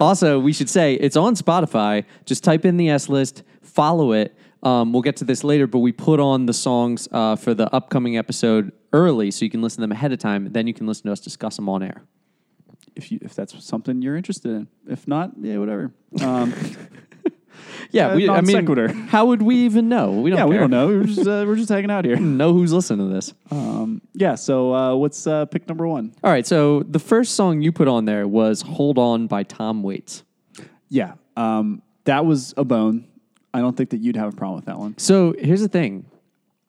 [SPEAKER 2] also, we should say it's on Spotify. Just type in the S list, follow it. Um, we'll get to this later, but we put on the songs uh, for the upcoming episode early, so you can listen to them ahead of time. Then you can listen to us discuss them on air.
[SPEAKER 1] If you if that's something you're interested in, if not, yeah, whatever. Um,
[SPEAKER 2] Yeah,
[SPEAKER 1] Uh,
[SPEAKER 2] we, I
[SPEAKER 1] non
[SPEAKER 2] mean,
[SPEAKER 1] sequitur.
[SPEAKER 2] how would we even know? We don't.
[SPEAKER 1] yeah, we
[SPEAKER 2] care.
[SPEAKER 1] don't know. We're just uh, we're just hanging out here.
[SPEAKER 2] Know who's listening to this.
[SPEAKER 1] Um, yeah. So uh, what's uh, pick number one?
[SPEAKER 2] All right, so the first song you put on there was "Hold On" by Tom Waits.
[SPEAKER 1] Yeah, um, that was a bone. I don't think that you'd have a problem with that one.
[SPEAKER 2] So here's the thing,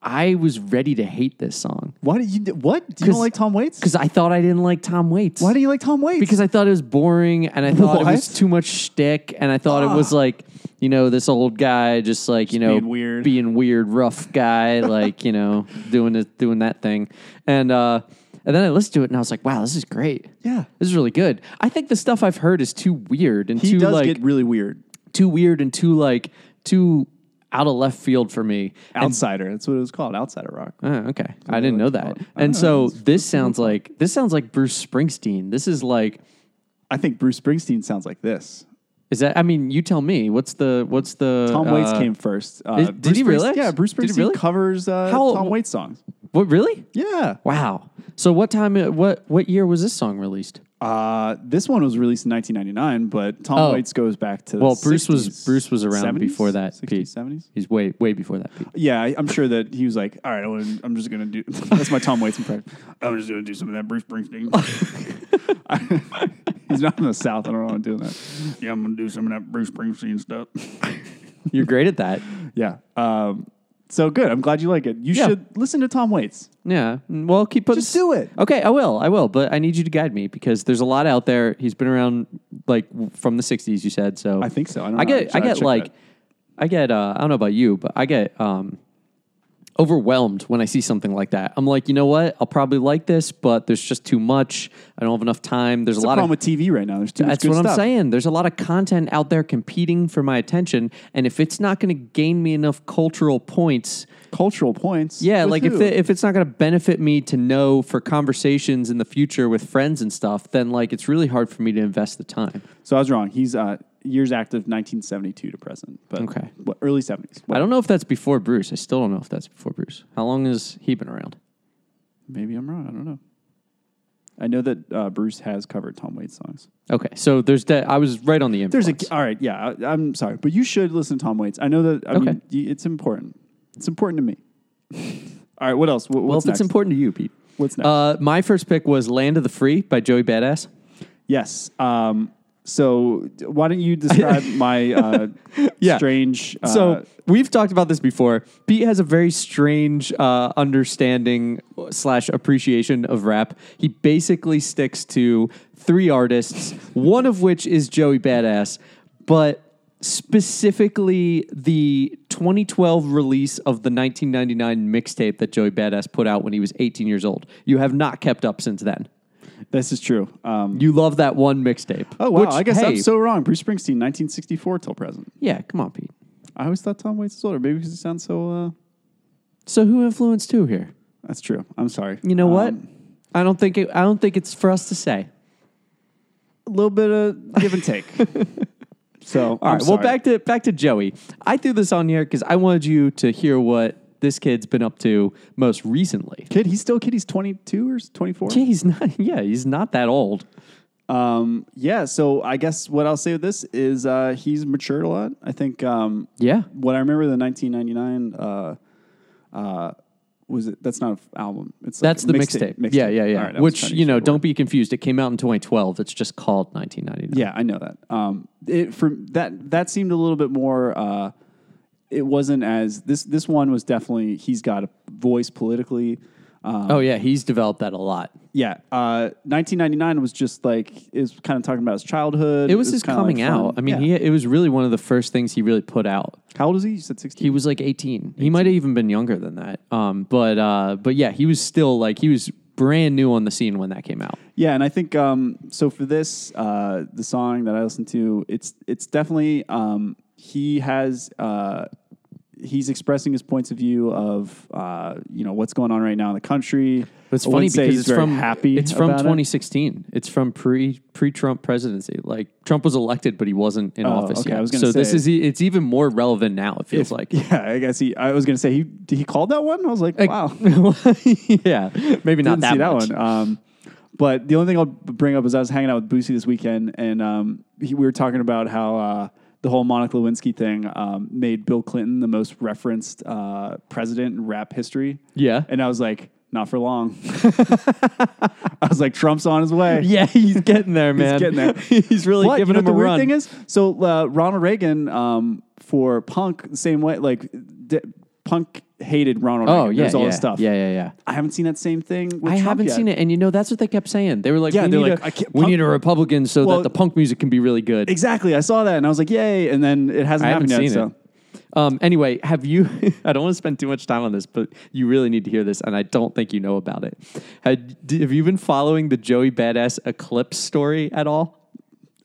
[SPEAKER 2] I was ready to hate this song
[SPEAKER 1] Why do you d- what? Do you
[SPEAKER 2] 'Cause-
[SPEAKER 1] don't like Tom Waits?
[SPEAKER 2] because I thought I didn't like Tom Waits.
[SPEAKER 1] Why do you like Tom Waits?
[SPEAKER 2] because I thought it was boring and I thought it
[SPEAKER 1] What? Ah.
[SPEAKER 2] was too much shtick and I thought it was like, you know, this old guy just like, you know,
[SPEAKER 1] being weird.
[SPEAKER 2] being weird, rough guy, like, you know, doing it, doing that thing. And, uh, and then I listened to it and I was like, wow, this is great.
[SPEAKER 1] Yeah.
[SPEAKER 2] This is really good. I think the stuff I've heard is too weird and
[SPEAKER 1] he
[SPEAKER 2] too
[SPEAKER 1] does
[SPEAKER 2] like
[SPEAKER 1] get really weird.
[SPEAKER 2] too weird and too like too out of left field for me. And
[SPEAKER 1] Outsider. That's what it was called. Outsider rock.
[SPEAKER 2] Oh, okay. I didn't know
[SPEAKER 1] like
[SPEAKER 2] that.
[SPEAKER 1] fun.
[SPEAKER 2] And so this sounds like this sounds like Bruce Springsteen. This is like
[SPEAKER 1] I think Bruce Springsteen sounds like this.
[SPEAKER 2] Is that? I mean, you tell me. What's the? What's the?
[SPEAKER 1] Tom Waits
[SPEAKER 2] uh,
[SPEAKER 1] came first. Uh,
[SPEAKER 2] is- did
[SPEAKER 1] Bruce
[SPEAKER 2] he
[SPEAKER 1] Springs-
[SPEAKER 2] really?
[SPEAKER 1] Yeah, Bruce
[SPEAKER 2] Did he
[SPEAKER 1] Springsteen
[SPEAKER 2] really?
[SPEAKER 1] covers uh,
[SPEAKER 2] How-
[SPEAKER 1] Tom Waits songs.
[SPEAKER 2] What really?
[SPEAKER 1] Yeah.
[SPEAKER 2] Wow. So what time? uh, What what year was this song released?
[SPEAKER 1] Uh, this one was released in 1999, but Tom
[SPEAKER 2] Oh.
[SPEAKER 1] Waits goes back to
[SPEAKER 2] Well,
[SPEAKER 1] the
[SPEAKER 2] Bruce was
[SPEAKER 1] 60s,
[SPEAKER 2] Bruce was around
[SPEAKER 1] 70s?
[SPEAKER 2] before that.
[SPEAKER 1] 60s,
[SPEAKER 2] Pete.
[SPEAKER 1] 70s.
[SPEAKER 2] He's way way before that. Pete.
[SPEAKER 1] Yeah, I, I'm sure that he was like, all right, I wanna, I'm just gonna do. That's my Tom Waits impression. I'm just gonna do some of that Bruce Springsteen. He's not in the South. I don't know why I'm doing that. Yeah, I'm gonna do some of that Bruce Springsteen stuff.
[SPEAKER 2] You're great at that.
[SPEAKER 1] yeah. Um, so good. I'm glad you like it. You
[SPEAKER 2] Yeah.
[SPEAKER 1] should listen to Tom Waits.
[SPEAKER 2] Yeah. Mm, Well, keep putting.
[SPEAKER 1] Just do it.
[SPEAKER 2] Okay, I will. I will. But I need you to guide me because there's a lot out there. He's been around like w- from the '60s. You said so.
[SPEAKER 1] I think so. I don't
[SPEAKER 2] I
[SPEAKER 1] know.
[SPEAKER 2] get.
[SPEAKER 1] Should
[SPEAKER 2] I
[SPEAKER 1] I
[SPEAKER 2] get
[SPEAKER 1] check
[SPEAKER 2] like.
[SPEAKER 1] that?
[SPEAKER 2] I get. Uh, I don't know about you, but I get. um Overwhelmed when I see something like that. I'm like, you know what? I'll probably like this, but there's just too much. I don't have enough time. There's a
[SPEAKER 1] It's
[SPEAKER 2] lot
[SPEAKER 1] the problem
[SPEAKER 2] of
[SPEAKER 1] with TV right now. There's too much
[SPEAKER 2] That's
[SPEAKER 1] good
[SPEAKER 2] what I'm
[SPEAKER 1] stuff.
[SPEAKER 2] saying. There's a lot of content out there competing for my attention, and if it's not going to gain me enough cultural points,
[SPEAKER 1] Cultural points.
[SPEAKER 2] yeah,
[SPEAKER 1] With
[SPEAKER 2] like
[SPEAKER 1] who?
[SPEAKER 2] if the, if it's not going to benefit me to know for conversations in the future with friends and stuff, then like it's really hard for me to invest the time.
[SPEAKER 1] so I was wrong. He's uh, years active, 1972 to present, but
[SPEAKER 2] Okay.
[SPEAKER 1] what, early 70s.
[SPEAKER 2] I
[SPEAKER 1] Well,
[SPEAKER 2] don't know if that's before Bruce. I still don't know if that's before Bruce. How long has he been around?
[SPEAKER 1] maybe I'm wrong. I don't know. I know that uh, Bruce has covered Tom Waits songs.
[SPEAKER 2] Okay, so there's that. I was right on the
[SPEAKER 1] There's
[SPEAKER 2] influence.
[SPEAKER 1] a all right. Yeah, I, I'm sorry, but you should listen to Tom Waits. I know that. I
[SPEAKER 2] Okay.
[SPEAKER 1] mean, y- it's important. It's important to me. all right. What else? What,
[SPEAKER 2] well,
[SPEAKER 1] what's
[SPEAKER 2] if it's
[SPEAKER 1] next?
[SPEAKER 2] important to you, Pete.
[SPEAKER 1] What's next?
[SPEAKER 2] Uh, my first pick was "Land of the Free" by Joey Badass.
[SPEAKER 1] yes. Um, so d- why don't you describe my uh,
[SPEAKER 2] Yeah.
[SPEAKER 1] strange? Uh,
[SPEAKER 2] so we've talked about this before. Pete has a very strange uh, understanding slash appreciation of rap. He basically sticks to three artists, one of which is Joey Badass, but specifically the 2012 release of the 1999 mixtape that Joey Badass put out when he was 18 years old. You have not kept up since then.
[SPEAKER 1] this is true. Um,
[SPEAKER 2] You love that one mixtape.
[SPEAKER 1] oh wow!
[SPEAKER 2] which,
[SPEAKER 1] I guess
[SPEAKER 2] hey,
[SPEAKER 1] I'm so wrong. Bruce Springsteen, 1964 till present.
[SPEAKER 2] Yeah, come on, Pete.
[SPEAKER 1] I always thought Tom Waits was older, maybe because he sounds so. Uh,
[SPEAKER 2] So who influenced who here?
[SPEAKER 1] that's true. I'm sorry.
[SPEAKER 2] You know what?
[SPEAKER 1] Um,
[SPEAKER 2] I don't think it, I don't think it's for us to say.
[SPEAKER 1] A little bit of give and take. so
[SPEAKER 2] All right. Well, back to back to Joey. I threw this on here because I wanted you to hear what this kid's been up to most recently.
[SPEAKER 1] kid. He's still a kid. He's 22 or 24.
[SPEAKER 2] Yeah, he's not. Yeah, he's not that old.
[SPEAKER 1] Um, yeah. So I guess what I'll say with this is uh, he's matured a lot. I think. Um,
[SPEAKER 2] Yeah.
[SPEAKER 1] What I remember the 1999. Uh, uh, was it? That's not an album. It's like
[SPEAKER 2] That's
[SPEAKER 1] a
[SPEAKER 2] the
[SPEAKER 1] mixtape.
[SPEAKER 2] mixtape. yeah,
[SPEAKER 1] Mixtape.
[SPEAKER 2] yeah, yeah.
[SPEAKER 1] All right, I was
[SPEAKER 2] Which
[SPEAKER 1] trying to
[SPEAKER 2] you know,
[SPEAKER 1] use the
[SPEAKER 2] don't be confused. It came out in 2012. It's just called 1999.
[SPEAKER 1] Yeah, I know that. Um, it for that that seemed a little bit more. Uh, it wasn't as this this one was definitely he's got a voice politically. Um,
[SPEAKER 2] Oh yeah, he's developed that a lot.
[SPEAKER 1] yeah, uh, 1999 was just like is kind of talking about his childhood.
[SPEAKER 2] It was his
[SPEAKER 1] kinda, like,
[SPEAKER 2] coming
[SPEAKER 1] fun.
[SPEAKER 2] out. I mean,
[SPEAKER 1] Yeah.
[SPEAKER 2] he it was really one of the first things he really put out.
[SPEAKER 1] how old is he? You said 16.
[SPEAKER 2] He was like 18. He might have even been younger than that. Um, but uh, but yeah, he was still like he was brand new on the scene when that came out.
[SPEAKER 1] Yeah, and I think um, so. For this, uh, the song that I listen to, it's it's definitely um, he has uh, he's expressing his points of view of uh, you know what's going on right now in the country.
[SPEAKER 2] But it's
[SPEAKER 1] I wouldn't
[SPEAKER 2] funny
[SPEAKER 1] say
[SPEAKER 2] because
[SPEAKER 1] he's
[SPEAKER 2] it's
[SPEAKER 1] very
[SPEAKER 2] from
[SPEAKER 1] happy.
[SPEAKER 2] It's from
[SPEAKER 1] about it.
[SPEAKER 2] 2016. It's from pre pre Trump presidency. Like Trump was elected, but he wasn't in
[SPEAKER 1] Oh,
[SPEAKER 2] office
[SPEAKER 1] okay,
[SPEAKER 2] yet.
[SPEAKER 1] I was gonna
[SPEAKER 2] so this
[SPEAKER 1] say-
[SPEAKER 2] is e- it's even more relevant now. It feels like
[SPEAKER 1] Yeah, I guess he. I was gonna say he he called that one. I was like, wow,
[SPEAKER 2] yeah, maybe
[SPEAKER 1] didn't
[SPEAKER 2] not that
[SPEAKER 1] see that
[SPEAKER 2] much.
[SPEAKER 1] one. Um, but the only thing I'll b- bring up is I was hanging out with Boosie this weekend, and um, he, we were talking about how uh, the whole Monica Lewinsky thing um, made Bill Clinton the most referenced uh, president in rap history.
[SPEAKER 2] Yeah.
[SPEAKER 1] and I was like, not for long. I was like, Trump's on his way.
[SPEAKER 2] Yeah, he's getting there, man.
[SPEAKER 1] getting there.
[SPEAKER 2] he's really
[SPEAKER 1] But you
[SPEAKER 2] giving
[SPEAKER 1] know
[SPEAKER 2] him
[SPEAKER 1] what
[SPEAKER 2] a
[SPEAKER 1] the weird
[SPEAKER 2] run.
[SPEAKER 1] thing is, so uh, Ronald Reagan um, for punk, the same way, like d- punk hated Ronald.
[SPEAKER 2] oh
[SPEAKER 1] Reagan.
[SPEAKER 2] yeah,
[SPEAKER 1] There's all
[SPEAKER 2] yeah,
[SPEAKER 1] this stuff.
[SPEAKER 2] yeah, yeah, yeah.
[SPEAKER 1] I haven't seen that same thing. With
[SPEAKER 2] I
[SPEAKER 1] Trump
[SPEAKER 2] haven't
[SPEAKER 1] yet.
[SPEAKER 2] seen it, and you know that's what they kept saying. They were like,
[SPEAKER 1] Yeah,
[SPEAKER 2] we,
[SPEAKER 1] they're
[SPEAKER 2] need,
[SPEAKER 1] like,
[SPEAKER 2] a,
[SPEAKER 1] I can't-
[SPEAKER 2] we
[SPEAKER 1] punk-
[SPEAKER 2] need a Republican so
[SPEAKER 1] Well-
[SPEAKER 2] that the punk music can be really good.
[SPEAKER 1] Exactly. I saw that and I was like, yay. And then it hasn't
[SPEAKER 2] I haven't
[SPEAKER 1] happened
[SPEAKER 2] seen
[SPEAKER 1] yet.
[SPEAKER 2] it.
[SPEAKER 1] So
[SPEAKER 2] Um, anyway, have you? I don't want to spend too much time on this, but you really need to hear this, and I don't think you know about it. Had, d- have you been following the Joey Badass Eclipse story at all?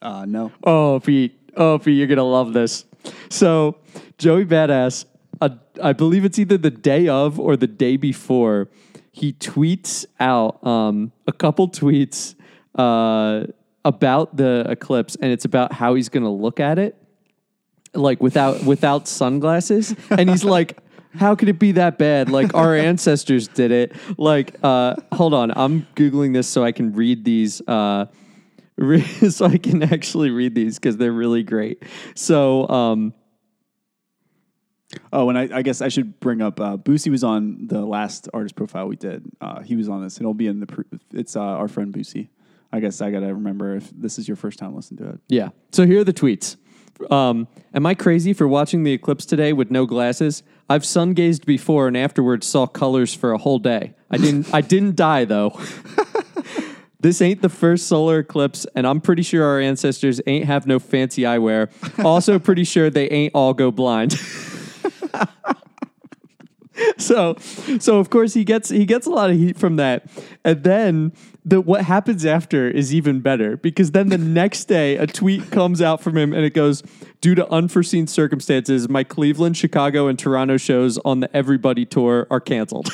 [SPEAKER 1] uh, no.
[SPEAKER 2] Oh, Pete. Oh, Pete, you're going to love this. So, Joey Badass, uh, I believe it's either the day of or the day before, he tweets out um, a couple tweets uh, about the eclipse, and it's about how he's going to look at it like without without sunglasses and he's like how could it be that bad like our ancestors did it like uh hold on i'm googling this so i can read these uh re- so i can actually read these because they're really great so um
[SPEAKER 1] Oh, and I, I guess I should bring up uh, Boosie was on the last artist profile we did. Uh, he was on this. It'll be in the. Pre- it's uh, our friend Boosie. I guess I gotta remember if this is your first time listening to it.
[SPEAKER 2] yeah so here are the tweets um am i crazy for watching the eclipse today with no glasses i've sun gazed before and afterwards saw colors for a whole day i didn't i didn't die though This ain't the first solar eclipse, and I'm pretty sure our ancestors ain't have no fancy eyewear. Also, pretty sure they ain't all go blind. so, so of course he gets he gets a lot of heat from that, and then the what happens after is even better because then the next day a tweet comes out from him and it goes, "Due to unforeseen circumstances, my Cleveland, Chicago, and Toronto shows on the Everybody tour are canceled."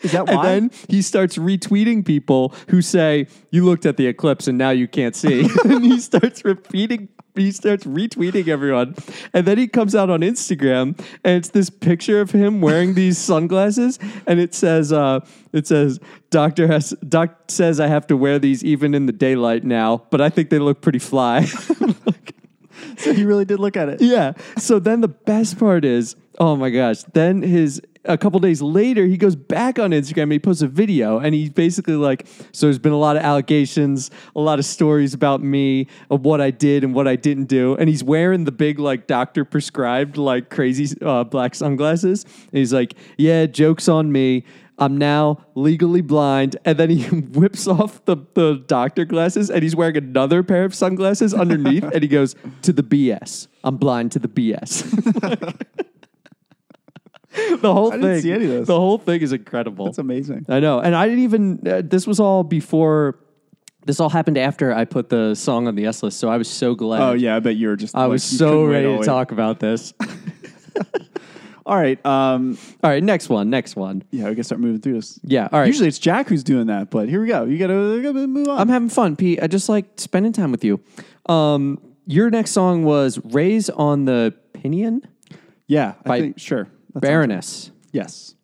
[SPEAKER 1] Is that
[SPEAKER 2] And then he starts retweeting people who say, "You looked at the eclipse and now you can't see." and he starts repeating he starts retweeting everyone. And then he comes out on Instagram and it's this picture of him wearing these sunglasses and it says uh it says doctor has doc says I have to wear these even in the daylight now, but I think they look pretty fly.
[SPEAKER 1] so he really did look at it.
[SPEAKER 2] Yeah. So then the best part is, oh my gosh, then his a couple days later he goes back on Instagram and he posts a video and he's basically like, so there's been a lot of allegations, a lot of stories about me of what I did and what I didn't do, and he's wearing the big like doctor prescribed like crazy uh, black sunglasses, and he's like, yeah, jokes on me. I'm now legally blind. And then he whips off the, the doctor glasses and he's wearing another pair of sunglasses underneath. and he goes, To the BS. I'm blind to the BS. the whole
[SPEAKER 1] I
[SPEAKER 2] thing.
[SPEAKER 1] didn't see any of this.
[SPEAKER 2] The whole thing is incredible.
[SPEAKER 1] That's amazing.
[SPEAKER 2] I know. And I didn't even, uh, this was all before This all happened after I put the song on the S list, so I was so glad.
[SPEAKER 1] Oh yeah, I bet you were just.
[SPEAKER 2] I was so ready to talk about this.
[SPEAKER 1] All right, um,
[SPEAKER 2] all right, next one, next one.
[SPEAKER 1] yeah, we gotta start moving through this.
[SPEAKER 2] Yeah, all right.
[SPEAKER 1] Usually it's Jack who's doing that, but here we go. You gotta, you gotta move on.
[SPEAKER 2] I'm having fun, Pete. I just like spending time with you. Um, your next song was "Raise on the Pinion,"
[SPEAKER 1] yeah, I
[SPEAKER 2] By-
[SPEAKER 1] think sure. That sounds-
[SPEAKER 2] Baroness.
[SPEAKER 1] yes.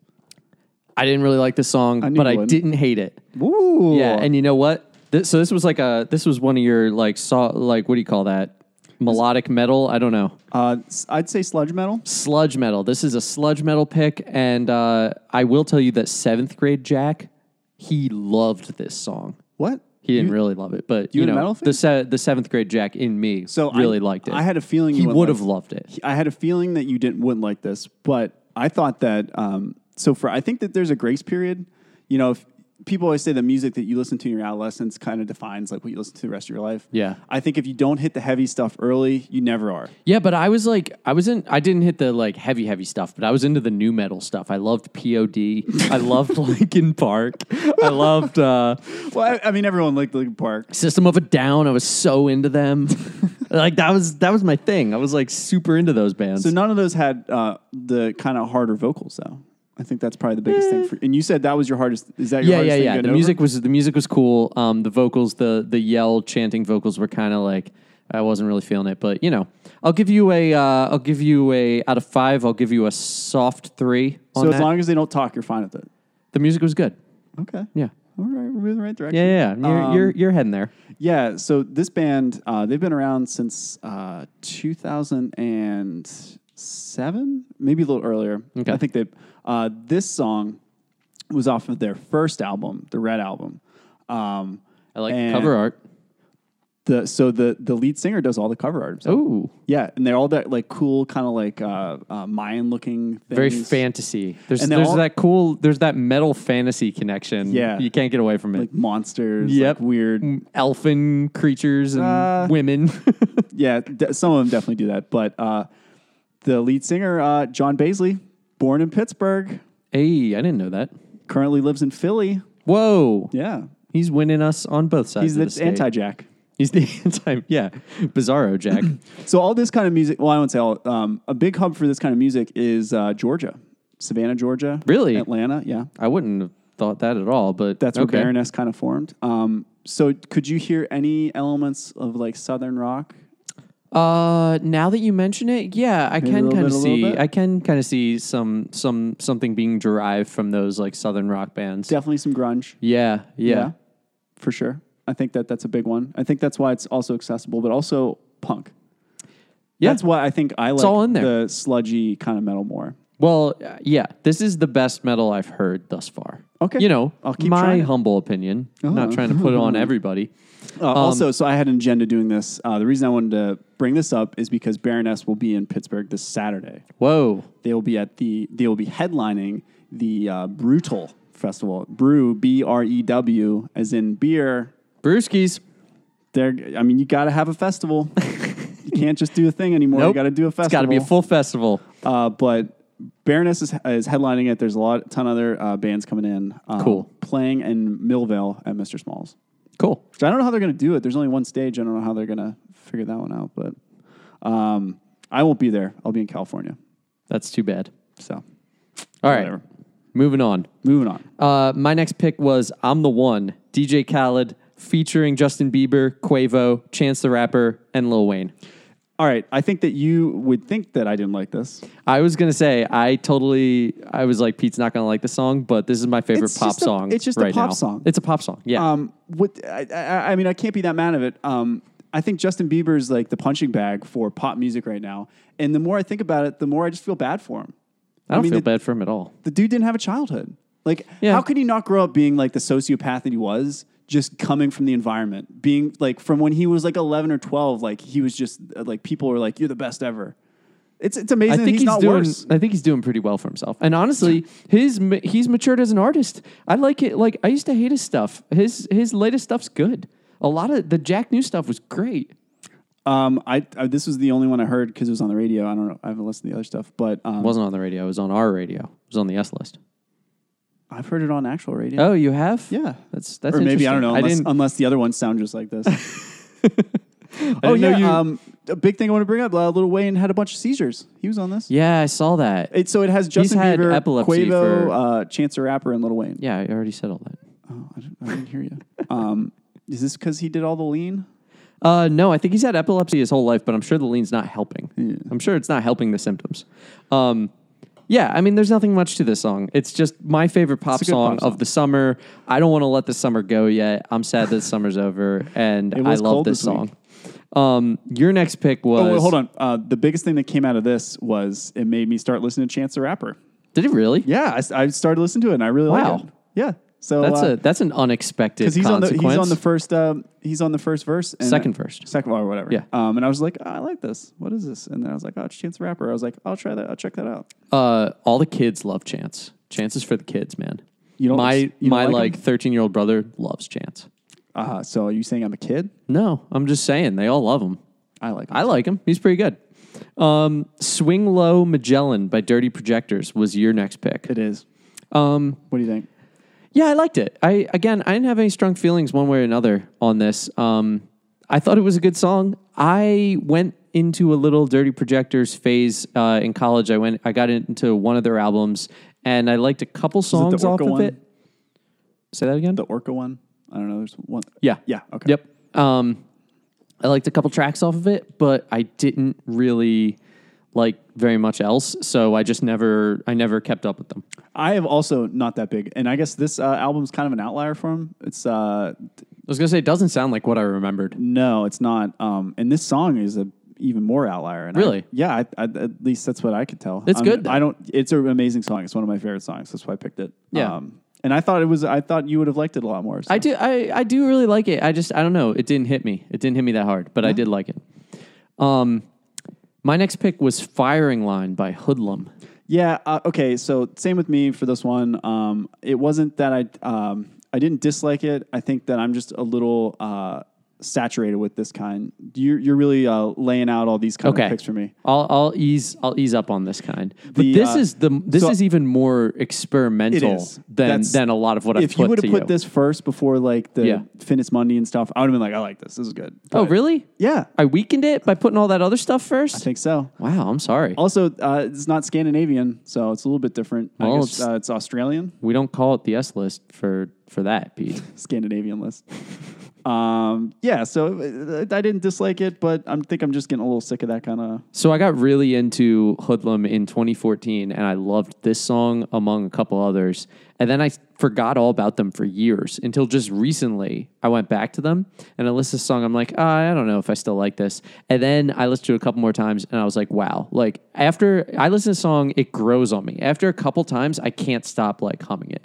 [SPEAKER 2] I didn't really like this song,
[SPEAKER 1] knew
[SPEAKER 2] but
[SPEAKER 1] you
[SPEAKER 2] I
[SPEAKER 1] wouldn't.
[SPEAKER 2] didn't hate it.
[SPEAKER 1] Ooh.
[SPEAKER 2] Yeah, and you know what? This, so this was like a this was one of your like saw like what do you call that? Melodic metal. I don't know.
[SPEAKER 1] uh, s- I'd say sludge metal.
[SPEAKER 2] Sludge metal. This is a sludge metal pick, and uh, I will tell you that seventh grade Jack, he loved this song.
[SPEAKER 1] What?
[SPEAKER 2] He didn't
[SPEAKER 1] You-
[SPEAKER 2] really love it, but
[SPEAKER 1] you
[SPEAKER 2] you,
[SPEAKER 1] had a metal
[SPEAKER 2] know
[SPEAKER 1] thing?
[SPEAKER 2] the se- the seventh grade Jack in me
[SPEAKER 1] So I-
[SPEAKER 2] really liked it.
[SPEAKER 1] I had a feeling you
[SPEAKER 2] he
[SPEAKER 1] wouldn't
[SPEAKER 2] would have
[SPEAKER 1] like-
[SPEAKER 2] loved it.
[SPEAKER 1] I had a feeling that you didn't wouldn't like this, but I thought that um, so for I think that there's a grace period. You know, if people always say the music that you listen to in your adolescence kind of defines like what you listen to the rest of your life.
[SPEAKER 2] Yeah.
[SPEAKER 1] I think if you don't hit the heavy stuff early, you never are.
[SPEAKER 2] Yeah, but I was like, I wasn't, I didn't hit the like heavy, heavy stuff, but I was into the new metal stuff. I loved POD. I loved Linkin Park. I loved uh,
[SPEAKER 1] Well, I, I mean, everyone liked Linkin Park.
[SPEAKER 2] System of a Down. I was so into them. like that was that was my thing. I was like super into those bands.
[SPEAKER 1] So none of those had uh, the kind of harder vocals though. I think that's probably the biggest thing. For, and you said that was your hardest. Is that your
[SPEAKER 2] yeah, yeah,
[SPEAKER 1] hardest thing
[SPEAKER 2] yeah.
[SPEAKER 1] getting
[SPEAKER 2] The
[SPEAKER 1] over?
[SPEAKER 2] music was the music was cool. Um, the vocals, the the yell chanting vocals were kind of like I wasn't really feeling it, but you know, I'll give you a uh, I'll give you a out of five. I'll give you a soft three. On
[SPEAKER 1] So
[SPEAKER 2] that.
[SPEAKER 1] as long as they don't talk, you're fine with it.
[SPEAKER 2] the music was good.
[SPEAKER 1] Okay.
[SPEAKER 2] Yeah.
[SPEAKER 1] All right, we're moving in the right direction.
[SPEAKER 2] Yeah, yeah, yeah. You're,
[SPEAKER 1] Um,
[SPEAKER 2] you're you're heading there.
[SPEAKER 1] Yeah, so this band, uh, they've been around since uh, 2007, maybe a little earlier.
[SPEAKER 2] Okay.
[SPEAKER 1] I think they, uh, this song was off of their first album, the Red Album. Um,
[SPEAKER 2] I like
[SPEAKER 1] and
[SPEAKER 2] cover art.
[SPEAKER 1] The, so the, the lead singer does all the cover art himself.
[SPEAKER 2] Oh,
[SPEAKER 1] Yeah, and they're all that like cool kind of like uh, uh, Mayan looking things.
[SPEAKER 2] very fantasy. There's
[SPEAKER 1] And they're
[SPEAKER 2] there's
[SPEAKER 1] all-
[SPEAKER 2] that cool. There's that metal fantasy connection.
[SPEAKER 1] Yeah.
[SPEAKER 2] you can't get away from it.
[SPEAKER 1] Like monsters,
[SPEAKER 2] Yep. Mm.
[SPEAKER 1] like weird
[SPEAKER 2] Elfin creatures and
[SPEAKER 1] Uh,
[SPEAKER 2] women.
[SPEAKER 1] yeah, de- some of them definitely do that. But uh, the lead singer, uh, John Baisley, born in Pittsburgh,
[SPEAKER 2] hey, I didn't know that.
[SPEAKER 1] currently lives in Philly.
[SPEAKER 2] Whoa,
[SPEAKER 1] Yeah,
[SPEAKER 2] he's winning us on both sides.
[SPEAKER 1] he's
[SPEAKER 2] of the,
[SPEAKER 1] the
[SPEAKER 2] state.
[SPEAKER 1] anti Jack.
[SPEAKER 2] He's the anti. Yeah, Bizarro Jack.
[SPEAKER 1] So all this kind of music. Well, I won't say all. Um, a big hub for this kind of music is uh, Georgia, Savannah, Georgia.
[SPEAKER 2] Really?
[SPEAKER 1] Atlanta. Yeah,
[SPEAKER 2] I wouldn't have thought that at all, but
[SPEAKER 1] that's where
[SPEAKER 2] okay.
[SPEAKER 1] Baroness kind of formed. Um, so could you hear any elements of like Southern rock?
[SPEAKER 2] Uh, now that you mention it, yeah, I
[SPEAKER 1] a
[SPEAKER 2] can
[SPEAKER 1] little
[SPEAKER 2] kind
[SPEAKER 1] bit,
[SPEAKER 2] of
[SPEAKER 1] a little
[SPEAKER 2] see.
[SPEAKER 1] bit?
[SPEAKER 2] I can kind of see some some something being derived from those like southern rock bands.
[SPEAKER 1] Definitely some grunge.
[SPEAKER 2] Yeah, yeah,
[SPEAKER 1] Yeah, for sure. I think that that's a big one. I think that's why it's also accessible, but also punk.
[SPEAKER 2] Yeah.
[SPEAKER 1] That's why I think I like
[SPEAKER 2] all in there.
[SPEAKER 1] the sludgy kind of metal more.
[SPEAKER 2] Well, uh, yeah, this is the best metal I've heard thus far.
[SPEAKER 1] Okay.
[SPEAKER 2] you know,
[SPEAKER 1] I'll keep
[SPEAKER 2] my
[SPEAKER 1] trying Uh-huh. it.
[SPEAKER 2] humble opinion. Not trying to put it on everybody. Um,
[SPEAKER 1] Uh, also, so I had an agenda doing this. Uh, the reason I wanted to bring this up is because Baroness will be in Pittsburgh this Saturday.
[SPEAKER 2] Whoa,
[SPEAKER 1] They will be at the they will be headlining the uh, Brutal Festival. Brew B R E W as in beer.
[SPEAKER 2] brewskis.
[SPEAKER 1] They're, I mean, you got to have a festival. you can't just do a thing anymore. You
[SPEAKER 2] Nope.
[SPEAKER 1] got to do a festival.
[SPEAKER 2] It's got to be a full festival.
[SPEAKER 1] Uh, but Baroness is, is headlining it. There's a lot, ton other uh, bands coming in. Um,
[SPEAKER 2] Cool.
[SPEAKER 1] Playing in Millvale at Mr. Smalls.
[SPEAKER 2] Cool.
[SPEAKER 1] So I don't know how they're going to do it. There's only one stage. I don't know how they're going to figure that one out. But um, I won't be there. I'll be in California.
[SPEAKER 2] That's too bad.
[SPEAKER 1] So
[SPEAKER 2] All right,
[SPEAKER 1] Whatever.
[SPEAKER 2] moving on.
[SPEAKER 1] moving on.
[SPEAKER 2] Uh, my next pick was "I'm the One," DJ Khaled featuring Justin Bieber, Quavo, Chance the Rapper, and Lil Wayne.
[SPEAKER 1] All right. I think that you would think that I didn't like this.
[SPEAKER 2] I was gonna say I totally. I was like, Pete's not gonna like the song, but this is my favorite
[SPEAKER 1] It's
[SPEAKER 2] pop
[SPEAKER 1] just a-
[SPEAKER 2] song.
[SPEAKER 1] it's just a
[SPEAKER 2] right
[SPEAKER 1] pop
[SPEAKER 2] now.
[SPEAKER 1] song.
[SPEAKER 2] It's a pop song. Yeah.
[SPEAKER 1] Um, what I, I, I mean, I can't be that mad of it. Um, I think Justin Bieber's like the punching bag for pop music right now. And the more I think about it, the more I just feel bad for him.
[SPEAKER 2] I don't
[SPEAKER 1] mean,
[SPEAKER 2] feel
[SPEAKER 1] the-
[SPEAKER 2] bad for him at all.
[SPEAKER 1] the dude didn't have a childhood. Like,
[SPEAKER 2] Yeah.
[SPEAKER 1] how could he not grow up being like the sociopath that he was, just coming from the environment, being like from when he was like 11 or 12, like he was just uh, like people were like, you're the best ever. It's, it's amazing
[SPEAKER 2] I
[SPEAKER 1] that
[SPEAKER 2] think
[SPEAKER 1] he's,
[SPEAKER 2] he's,
[SPEAKER 1] not
[SPEAKER 2] doing.
[SPEAKER 1] worse.
[SPEAKER 2] I think he's doing pretty well for himself. And honestly, his ma- he's matured as an artist. I like it. Like I used to hate his stuff. His his latest stuff's good. A lot of the Jack New stuff was great.
[SPEAKER 1] Um, I, I this was the only one I heard because it was on the radio. I don't know. I haven't listened to the other stuff, but um,
[SPEAKER 2] It wasn't on the radio. It was on our radio. It was on the S list.
[SPEAKER 1] I've heard it on actual radio.
[SPEAKER 2] Oh, you have?
[SPEAKER 1] yeah.
[SPEAKER 2] That's that's
[SPEAKER 1] or maybe I don't
[SPEAKER 2] interesting.
[SPEAKER 1] know.
[SPEAKER 2] I
[SPEAKER 1] Unless,
[SPEAKER 2] didn't.
[SPEAKER 1] unless the other ones sound just like this.
[SPEAKER 2] I
[SPEAKER 1] oh
[SPEAKER 2] didn't know
[SPEAKER 1] yeah.
[SPEAKER 2] you-
[SPEAKER 1] um, a big thing I want to bring up. Uh, Little Wayne had a bunch of seizures. He was on this.
[SPEAKER 2] yeah, I saw that.
[SPEAKER 1] It, so it has Justin
[SPEAKER 2] had
[SPEAKER 1] Bieber,
[SPEAKER 2] epilepsy
[SPEAKER 1] Quavo,
[SPEAKER 2] for-
[SPEAKER 1] uh, Chance the Rapper, and Little Wayne.
[SPEAKER 2] yeah, I already said all that.
[SPEAKER 1] Oh, I, didn't, I didn't hear you. um, is this because he did all the lean?
[SPEAKER 2] Uh, no, I think he's had epilepsy his whole life, but I'm sure the lean's not helping. I'm sure it's not helping the symptoms. Um, yeah, I mean, there's nothing much to this song. It's just my favorite pop
[SPEAKER 1] a good
[SPEAKER 2] song,
[SPEAKER 1] pop song.
[SPEAKER 2] of the summer. I don't want to let the summer go yet. I'm sad that summer's over, and I
[SPEAKER 1] was
[SPEAKER 2] love
[SPEAKER 1] cold
[SPEAKER 2] this
[SPEAKER 1] this week.
[SPEAKER 2] song. Um, your next pick was.
[SPEAKER 1] Oh, wait, hold on. Uh, the biggest thing that came out of this was it made me start listening to Chance the Rapper.
[SPEAKER 2] Did it really?
[SPEAKER 1] Yeah, I s- I, started listening to it, and I really
[SPEAKER 2] Wow.
[SPEAKER 1] like it. Yeah, so
[SPEAKER 2] That's
[SPEAKER 1] uh,
[SPEAKER 2] a that's an unexpected
[SPEAKER 1] because he's on the
[SPEAKER 2] consequence.
[SPEAKER 1] he's on the first uh, he's on the first verse and
[SPEAKER 2] Second verse.
[SPEAKER 1] second or whatever
[SPEAKER 2] Yeah.
[SPEAKER 1] um, and I was like oh, I like this what is this and then I was like oh it's Chance the Rapper I was like I'll try that I'll check that out
[SPEAKER 2] Uh, all the kids love Chance. Chance is for the kids, man.
[SPEAKER 1] You don't-
[SPEAKER 2] my
[SPEAKER 1] you don't
[SPEAKER 2] my
[SPEAKER 1] like
[SPEAKER 2] like
[SPEAKER 1] him?
[SPEAKER 2] thirteen year old brother loves Chance. Uh-huh.
[SPEAKER 1] uh, so are you saying I'm a kid
[SPEAKER 2] No, I'm just saying they all love him.
[SPEAKER 1] I like
[SPEAKER 2] I like him. He's pretty good. Um, Swing Low Magellan by Dirty Projectors was your next pick.
[SPEAKER 1] it is um what do you think
[SPEAKER 2] Yeah, I liked it. I again, I didn't have any strong feelings one way or another on this. Um, I thought it was a good song. I went into a little Dirty Projectors phase uh, in college. I went, I got into one of their albums, and I liked a couple
[SPEAKER 1] the
[SPEAKER 2] songs off
[SPEAKER 1] Orca
[SPEAKER 2] of
[SPEAKER 1] one?
[SPEAKER 2] it. Say that again.
[SPEAKER 1] the Orca one I don't know there's one
[SPEAKER 2] yeah,
[SPEAKER 1] yeah okay
[SPEAKER 2] Yep. Um, I liked a couple tracks off of it, but I didn't really like very much else. So I just never, I never kept up with them.
[SPEAKER 1] I have also not that big and I guess this uh, album's kind of an outlier for him it's uh
[SPEAKER 2] I was gonna say it doesn't sound like what I remembered.
[SPEAKER 1] No, it's not. Um, and this song is a even more outlier. And I-
[SPEAKER 2] Really?
[SPEAKER 1] yeah. I, I, at least that's what I could tell.
[SPEAKER 2] It's
[SPEAKER 1] I'm-
[SPEAKER 2] good, though.
[SPEAKER 1] I don't. It's an amazing song. It's one of my favorite songs. That's why I picked it.
[SPEAKER 2] Yeah.
[SPEAKER 1] Um, and I thought it was. I thought you would have liked it a lot more. so.
[SPEAKER 2] I do, I, I do really like it. I just, I don't know. It didn't hit me. It didn't hit me that hard, but I did like it. Um, my next pick was "Firing Line" by Hoodlum.
[SPEAKER 1] Yeah. Uh, okay. So same with me for this one. Um, it wasn't that I um, I didn't dislike it. I think that I'm just a little uh, saturated with this kind. You're you're really uh, laying out all these kind
[SPEAKER 2] Okay,
[SPEAKER 1] of picks for me.
[SPEAKER 2] I'll, I'll ease, I'll ease up on this kind. But
[SPEAKER 1] The,
[SPEAKER 2] this
[SPEAKER 1] uh,
[SPEAKER 2] is the, this
[SPEAKER 1] so-
[SPEAKER 2] is even more experimental
[SPEAKER 1] is.
[SPEAKER 2] than
[SPEAKER 1] That's-
[SPEAKER 2] than a lot of what I've
[SPEAKER 1] if
[SPEAKER 2] put
[SPEAKER 1] you would
[SPEAKER 2] to
[SPEAKER 1] have put this first before like the
[SPEAKER 2] Yeah.
[SPEAKER 1] Finis Monday and stuff, I would have been like, I like this. This is good.
[SPEAKER 2] Oh,
[SPEAKER 1] But-
[SPEAKER 2] really?
[SPEAKER 1] Yeah,
[SPEAKER 2] I weakened it by putting all that other stuff first.
[SPEAKER 1] I think so.
[SPEAKER 2] wow, I'm sorry.
[SPEAKER 1] Also, uh, it's not Scandinavian, so it's a little bit different.
[SPEAKER 2] Well,
[SPEAKER 1] I guess
[SPEAKER 2] it's-
[SPEAKER 1] it's, uh, it's Australian,
[SPEAKER 2] we don't call it the S list for for that, Pete.
[SPEAKER 1] Scandinavian list. um, yeah, so uh, I didn't dislike it, but I think I'm just getting a little sick of that kind of.
[SPEAKER 2] So I got really into Hoodlum in 2014, and I loved this song among a couple others. And then I forgot all about them for years until just recently I went back to them and I listened to the song. I'm like, ah, I don't know if I still like this. And then I listened to it a couple more times, and I was like, wow. Like after I listen to a song, it grows on me. After a couple times, I can't stop like humming it.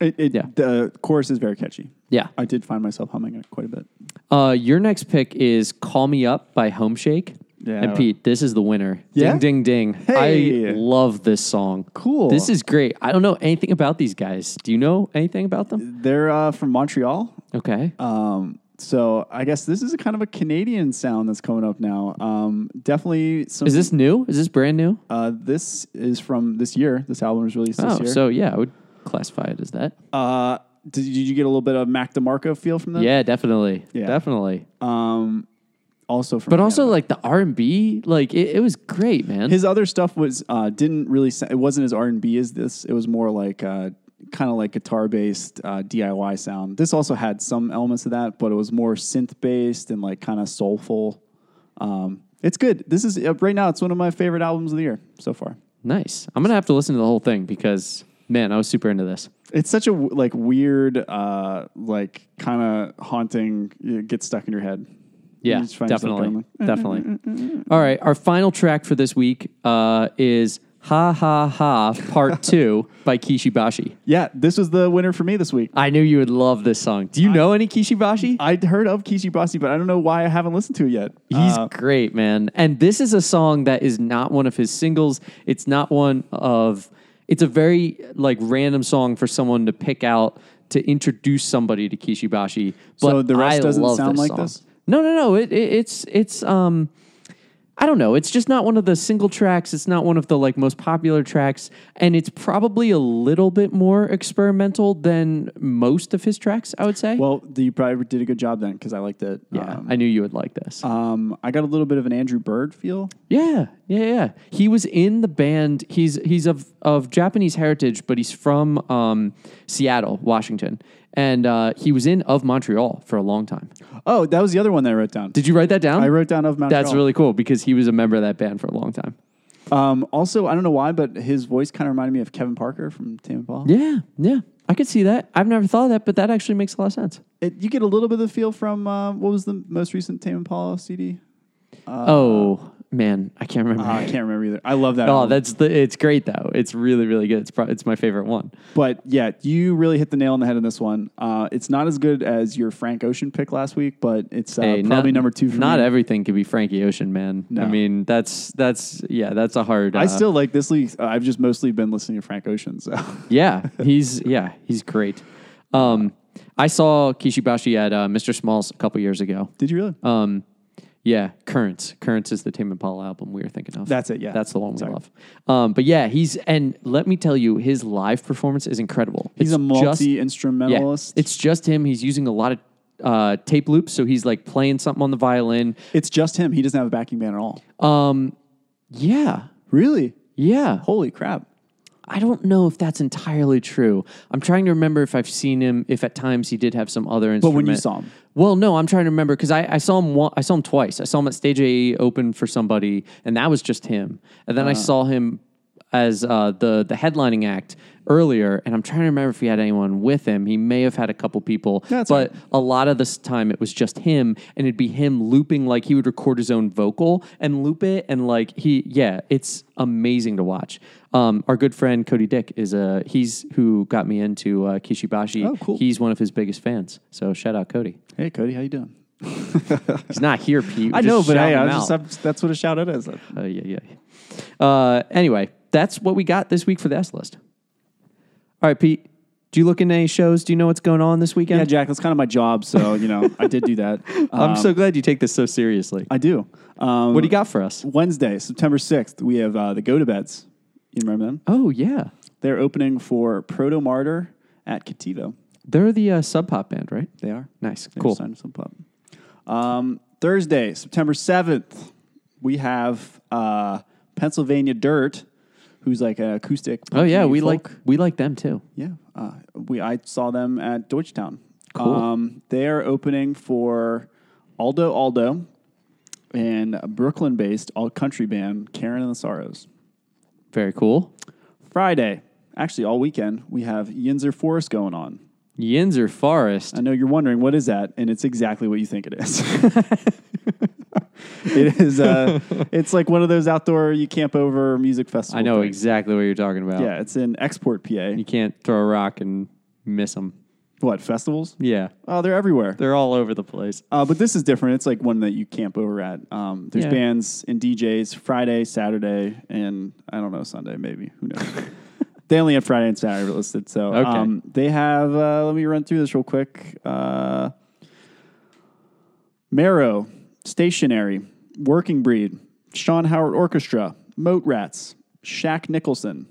[SPEAKER 1] It, it,
[SPEAKER 2] Yeah.
[SPEAKER 1] The chorus is very catchy.
[SPEAKER 2] Yeah.
[SPEAKER 1] I did find myself humming it quite a bit.
[SPEAKER 2] Uh, your next pick is "Call Me Up" by Home Shake.
[SPEAKER 1] Yeah.
[SPEAKER 2] And Pete, this is the winner.
[SPEAKER 1] Yeah?
[SPEAKER 2] Ding, ding, ding. I
[SPEAKER 1] Hey.
[SPEAKER 2] love this song.
[SPEAKER 1] Cool.
[SPEAKER 2] This is great. I don't know anything about these guys. Do you know anything about them?
[SPEAKER 1] They're uh, from Montreal.
[SPEAKER 2] Okay.
[SPEAKER 1] Um, so I guess this is a kind of a Canadian sound that's coming up now. Um, definitely some.
[SPEAKER 2] is this new? Is this brand new?
[SPEAKER 1] Uh, this is from this year. This album was released
[SPEAKER 2] oh,
[SPEAKER 1] this year.
[SPEAKER 2] so yeah, I would classify it as that.
[SPEAKER 1] Uh, did, did you get a little bit of Mac DeMarco feel from them?
[SPEAKER 2] yeah, definitely.
[SPEAKER 1] Uh, Yeah.
[SPEAKER 2] Definitely.
[SPEAKER 1] Um, also from
[SPEAKER 2] but
[SPEAKER 1] him.
[SPEAKER 2] also like the R and B, like it, it was great, man.
[SPEAKER 1] his other stuff was uh, didn't really. sa- It wasn't as R and B as this. It was more like uh, kind of like guitar based uh, DIY sound. This also had some elements of that, but it was more synth based and like kind of soulful. Um, it's good. This is uh, right now. It's one of my favorite albums of the year so far.
[SPEAKER 2] nice. I'm gonna have to listen to the whole thing because man, I was super into this.
[SPEAKER 1] It's such a w- like weird, uh, like kind of haunting. It gets stuck in your head.
[SPEAKER 2] Yeah,
[SPEAKER 1] You just find yourself going
[SPEAKER 2] definitely,
[SPEAKER 1] like,
[SPEAKER 2] definitely. All right, our final track for this week uh, is "Ha Ha Ha" Part Two by Kishibashi.
[SPEAKER 1] Yeah, this was the winner for me this week.
[SPEAKER 2] I knew you would love this song. Do you know any Kishibashi?
[SPEAKER 1] I'd heard of Kishibashi, but I don't know why I haven't listened to it yet.
[SPEAKER 2] He's
[SPEAKER 1] Uh,
[SPEAKER 2] great, man. And this is a song that is not one of his singles. It's not one of. It's a very like random song for someone to pick out to introduce somebody to Kishibashi. But
[SPEAKER 1] So the rest
[SPEAKER 2] I
[SPEAKER 1] doesn't
[SPEAKER 2] love
[SPEAKER 1] sound like
[SPEAKER 2] song.
[SPEAKER 1] this?
[SPEAKER 2] No, no, no. It, it, it's it's um. I don't know. It's just not one of the single tracks. It's not one of the like most popular tracks, and it's probably a little bit more experimental than most of his tracks. I would say.
[SPEAKER 1] Well, the, you probably did a good job then because I liked it.
[SPEAKER 2] yeah,
[SPEAKER 1] Um,
[SPEAKER 2] I knew you would like this.
[SPEAKER 1] um, I got a little bit of an Andrew Bird feel.
[SPEAKER 2] Yeah, yeah, yeah. He was in the band. He's he's of of Japanese heritage, but he's from um, Seattle, Washington, and uh, he was in of Montreal for a long time.
[SPEAKER 1] Oh, that was the other one that I wrote down.
[SPEAKER 2] Did you write that down?
[SPEAKER 1] I wrote down of Mount.
[SPEAKER 2] That's really cool because he was a member of that band for a long time.
[SPEAKER 1] Um, also, I don't know why, but his voice kind of reminded me of Kevin Parker from Tame and Paul.
[SPEAKER 2] Yeah, yeah. I could see that. I've never thought of that, but that actually makes a lot of sense.
[SPEAKER 1] It, you get a little bit of the feel from uh, what was the most recent Tame and Paul CD?
[SPEAKER 2] oh man, I can't remember.
[SPEAKER 1] Uh, I can't remember either. I love that.
[SPEAKER 2] oh,
[SPEAKER 1] album.
[SPEAKER 2] that's the. It's great though. It's really really good. It's pro- it's my favorite one.
[SPEAKER 1] But yeah, you really hit the nail on the head in this one. Uh, it's not as good as your Frank Ocean pick last week, but it's uh,
[SPEAKER 2] Hey,
[SPEAKER 1] probably
[SPEAKER 2] not-
[SPEAKER 1] number two for
[SPEAKER 2] Not
[SPEAKER 1] me.
[SPEAKER 2] everything could be Frankie Ocean, man.
[SPEAKER 1] No.
[SPEAKER 2] I mean, that's that's yeah, that's a hard.
[SPEAKER 1] I
[SPEAKER 2] uh,
[SPEAKER 1] still like this week. uh, I've just mostly been listening to Frank Ocean. So
[SPEAKER 2] Yeah, he's yeah, he's great. Um, I saw Kishibashi at uh, Mr. Smalls a couple years ago.
[SPEAKER 1] did you really?
[SPEAKER 2] Um, yeah, Currents. Currents is the Tame Impala album we were thinking of.
[SPEAKER 1] That's it, yeah.
[SPEAKER 2] that's the one we
[SPEAKER 1] Sorry.
[SPEAKER 2] love. Um, but yeah, he's and let me tell you, his live performance is incredible.
[SPEAKER 1] He's
[SPEAKER 2] It's
[SPEAKER 1] a
[SPEAKER 2] just-
[SPEAKER 1] multi
[SPEAKER 2] yeah,
[SPEAKER 1] instrumentalist.
[SPEAKER 2] it's just him. He's using a lot of uh, tape loops, so he's like playing something on the violin.
[SPEAKER 1] it's just him. He doesn't have a backing band at all.
[SPEAKER 2] Um, yeah,
[SPEAKER 1] Really?
[SPEAKER 2] yeah.
[SPEAKER 1] Holy crap!
[SPEAKER 2] I don't know if that's entirely true. I'm trying to remember if I've seen him. If at times he did have some other instrument.
[SPEAKER 1] when you saw him?
[SPEAKER 2] well, no, I'm trying to remember because I, I saw him. One, I saw him twice. I saw him at Stage A open for somebody, and that was just him. And then I
[SPEAKER 1] Uh-huh.
[SPEAKER 2] saw him as uh, the the headlining act earlier, and I'm trying to remember if he had anyone with him. He may have had a couple people,
[SPEAKER 1] That's all
[SPEAKER 2] but a lot of this time it was just him and it'd be him looping like he would record his own vocal and loop it and like he yeah it's amazing to watch um, our good friend cody dick is a he's who got me into uh, kishibashi
[SPEAKER 1] Oh, cool.
[SPEAKER 2] he's one of his biggest fans so shout out cody
[SPEAKER 1] Hey, Cody, how you doing?
[SPEAKER 2] he's not here pete
[SPEAKER 1] I
[SPEAKER 2] Just
[SPEAKER 1] know, but
[SPEAKER 2] shout
[SPEAKER 1] hey,
[SPEAKER 2] him
[SPEAKER 1] I
[SPEAKER 2] out.
[SPEAKER 1] just, I'm, that's what a shout out is.
[SPEAKER 2] Uh, yeah, yeah, yeah. Uh, anyway, that's what we got this week for the S list. All right, Pete. Do you look into any shows? Do you know what's going on this
[SPEAKER 1] Yeah,
[SPEAKER 2] weekend?
[SPEAKER 1] Jack, that's kind of my job. So you know, I did do that.
[SPEAKER 2] I'm
[SPEAKER 1] Um,
[SPEAKER 2] so glad you take this so seriously.
[SPEAKER 1] I do. Um,
[SPEAKER 2] what do you got for us?
[SPEAKER 1] Wednesday, September sixth, we have uh, the Go to Beds. You remember them?
[SPEAKER 2] Oh yeah,
[SPEAKER 1] They're opening for Proto Martyr at Kativo.
[SPEAKER 2] they're the uh, Sub Pop band, right?
[SPEAKER 1] They are.
[SPEAKER 2] Nice,
[SPEAKER 1] They're
[SPEAKER 2] cool.
[SPEAKER 1] signed to Sub Pop. Um, Thursday, September 7th, we have uh, Pennsylvania Dirt, who's like an acoustic.
[SPEAKER 2] Oh yeah,
[SPEAKER 1] punky
[SPEAKER 2] we
[SPEAKER 1] folk.
[SPEAKER 2] like we like them too.
[SPEAKER 1] Yeah. Uh, we I saw them at Deutschtown.
[SPEAKER 2] Cool.
[SPEAKER 1] Um, they are opening for Aldo Aldo and a Brooklyn based all country band Karen and the Sorrows.
[SPEAKER 2] Very cool.
[SPEAKER 1] Friday, actually all weekend, we have Yinzer Forest going on.
[SPEAKER 2] Yinzer Forest.
[SPEAKER 1] I know you're wondering what is that, and it's exactly what you think it is. it is. Uh, it's like one of those outdoor you camp over music festival.
[SPEAKER 2] I know
[SPEAKER 1] things.
[SPEAKER 2] exactly what you're talking about.
[SPEAKER 1] Yeah, it's in Export, PA.
[SPEAKER 2] You can't throw a rock and miss them.
[SPEAKER 1] What festivals?
[SPEAKER 2] Yeah,
[SPEAKER 1] Oh, they're everywhere.
[SPEAKER 2] they're all over the place.
[SPEAKER 1] Uh, but this is different. It's like one that you camp over at. Um, there's
[SPEAKER 2] Yeah.
[SPEAKER 1] bands and DJs Friday, Saturday, and I don't know Sunday. Maybe who knows? they only have Friday and Saturday listed. So
[SPEAKER 2] Okay.
[SPEAKER 1] um, they have. Uh, let me run through this real quick. Uh, Marrow, Stationary, Working Breed, Sean Howard Orchestra, Moat Rats, Shaq Nicholson.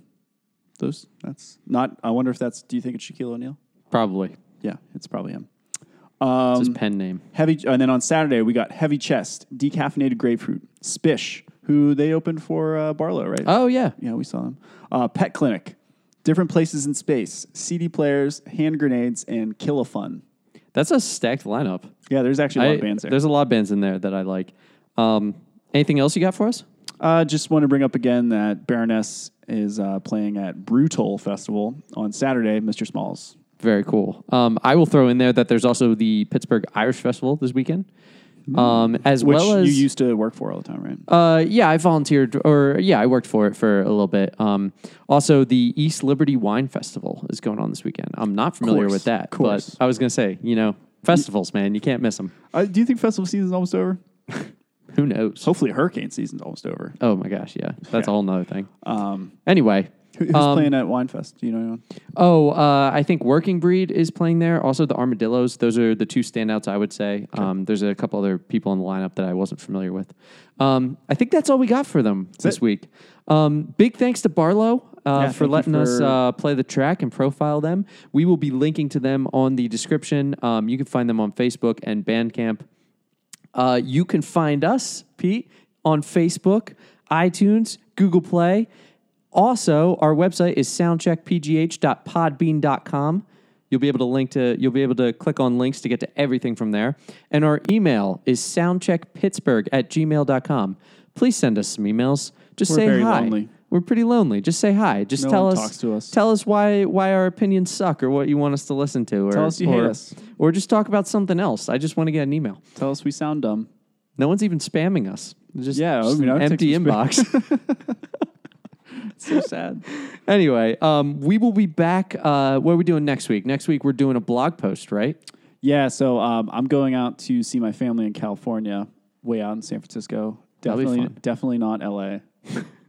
[SPEAKER 1] Those. That's not. I wonder if that's. Do you think it's Shaquille O'Neal?
[SPEAKER 2] Probably
[SPEAKER 1] Yeah, it's probably him.
[SPEAKER 2] it's his pen name.
[SPEAKER 1] Heavy, and then on Saturday we got Heavy Chest, Decaffeinated Grapefruit, Spish, who they opened for uh, Barlow, right?
[SPEAKER 2] Oh yeah,
[SPEAKER 1] yeah, we saw them. Uh, Pet Clinic, Different Places in Space, CD players, hand grenades, and Kill a Fun.
[SPEAKER 2] that's a stacked lineup.
[SPEAKER 1] Yeah, there's actually a lot
[SPEAKER 2] I-
[SPEAKER 1] of bands there.
[SPEAKER 2] There's a lot of bands in there that I like. Um, anything else you got for us?
[SPEAKER 1] Uh, just want to bring up again that Baroness is uh, playing at Brutal Festival on Saturday, Mr. Smalls.
[SPEAKER 2] Very cool. Um, I will throw in there that there's also the Pittsburgh Irish Festival this weekend, um, as
[SPEAKER 1] Mm. Which
[SPEAKER 2] well as
[SPEAKER 1] you used to work for all the time, right?
[SPEAKER 2] Uh, yeah, I volunteered, or yeah, I worked for it for a little bit. Um, also, the East Liberty Wine Festival is going on this weekend. I'm not familiar
[SPEAKER 1] Course,
[SPEAKER 2] with that,
[SPEAKER 1] course.
[SPEAKER 2] but I was gonna say, you know, festivals, man, you can't miss them.
[SPEAKER 1] Uh, do you think festival season's almost over?
[SPEAKER 2] Who knows?
[SPEAKER 1] Hopefully, hurricane season's almost over.
[SPEAKER 2] Oh my gosh, yeah, that's
[SPEAKER 1] Yeah.
[SPEAKER 2] a whole nother thing.
[SPEAKER 1] Um,
[SPEAKER 2] Anyway,
[SPEAKER 1] Who, who's playing at Winefest? Do you know anyone?
[SPEAKER 2] Oh, uh, I think Working Breed is playing there. Also, the Armadillos. Those are the two standouts I would say. Um, there's a couple other people in the lineup that I wasn't familiar with. Um, I think that's all we got for them this
[SPEAKER 1] it.
[SPEAKER 2] week. Um, big thanks to Barlow. Uh,
[SPEAKER 1] Yeah,
[SPEAKER 2] for
[SPEAKER 1] thank you
[SPEAKER 2] letting us
[SPEAKER 1] for-
[SPEAKER 2] uh, play the track and profile them. We will be linking to them on the description. Um, you can find them on Facebook and Bandcamp. Uh, you can find us, Pete, on Facebook, iTunes, Google Play. Also, our website is soundcheckpgh.podbean.com. You'll be able to link to you'll be able to click on links to get to everything from there. And our email is soundcheckpittsburgh at gmail.com. Please send us some emails. Just
[SPEAKER 1] We're
[SPEAKER 2] say
[SPEAKER 1] very
[SPEAKER 2] hi.
[SPEAKER 1] lonely.
[SPEAKER 2] We're pretty lonely. Just say hi. Just
[SPEAKER 1] No
[SPEAKER 2] tell
[SPEAKER 1] one
[SPEAKER 2] us,
[SPEAKER 1] talks to us.
[SPEAKER 2] Tell us why why our opinions suck or what you want us to listen to. Or,
[SPEAKER 1] Tell us you hate
[SPEAKER 2] or-
[SPEAKER 1] us.
[SPEAKER 2] Or just talk about something else. I just want to get an email.
[SPEAKER 1] Tell us we sound dumb.
[SPEAKER 2] No one's even spamming us. It's Just,
[SPEAKER 1] Yeah, I
[SPEAKER 2] just
[SPEAKER 1] mean, I
[SPEAKER 2] an
[SPEAKER 1] would take
[SPEAKER 2] empty
[SPEAKER 1] some
[SPEAKER 2] inbox.
[SPEAKER 1] It's so sad.
[SPEAKER 2] anyway, um, we will be back. Uh, what are we doing next week? Next week we're doing a blog post, right?
[SPEAKER 1] Yeah, so um, I'm going out to see my family in California, way out in San Francisco.
[SPEAKER 2] That'll be
[SPEAKER 1] Definitely,
[SPEAKER 2] fun.
[SPEAKER 1] definitely not LA.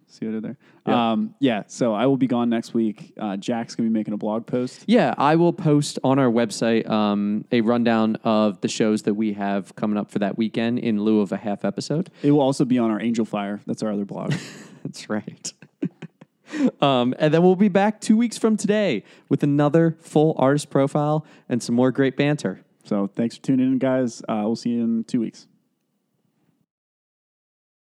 [SPEAKER 1] see what I did there? Um, yeah, so I will be gone next week. Uh, Jack's gonna be making a blog post.
[SPEAKER 2] Yeah, I will post on our website um, a rundown of the shows that we have coming up for that weekend in lieu of a half episode.
[SPEAKER 1] It will also be on our Angel Fire. That's our other blog.
[SPEAKER 2] That's right. um, and then we'll be back two weeks from today with another full artist profile and some more great banter.
[SPEAKER 1] so thanks for tuning in, guys. Uh, we'll see you in two weeks.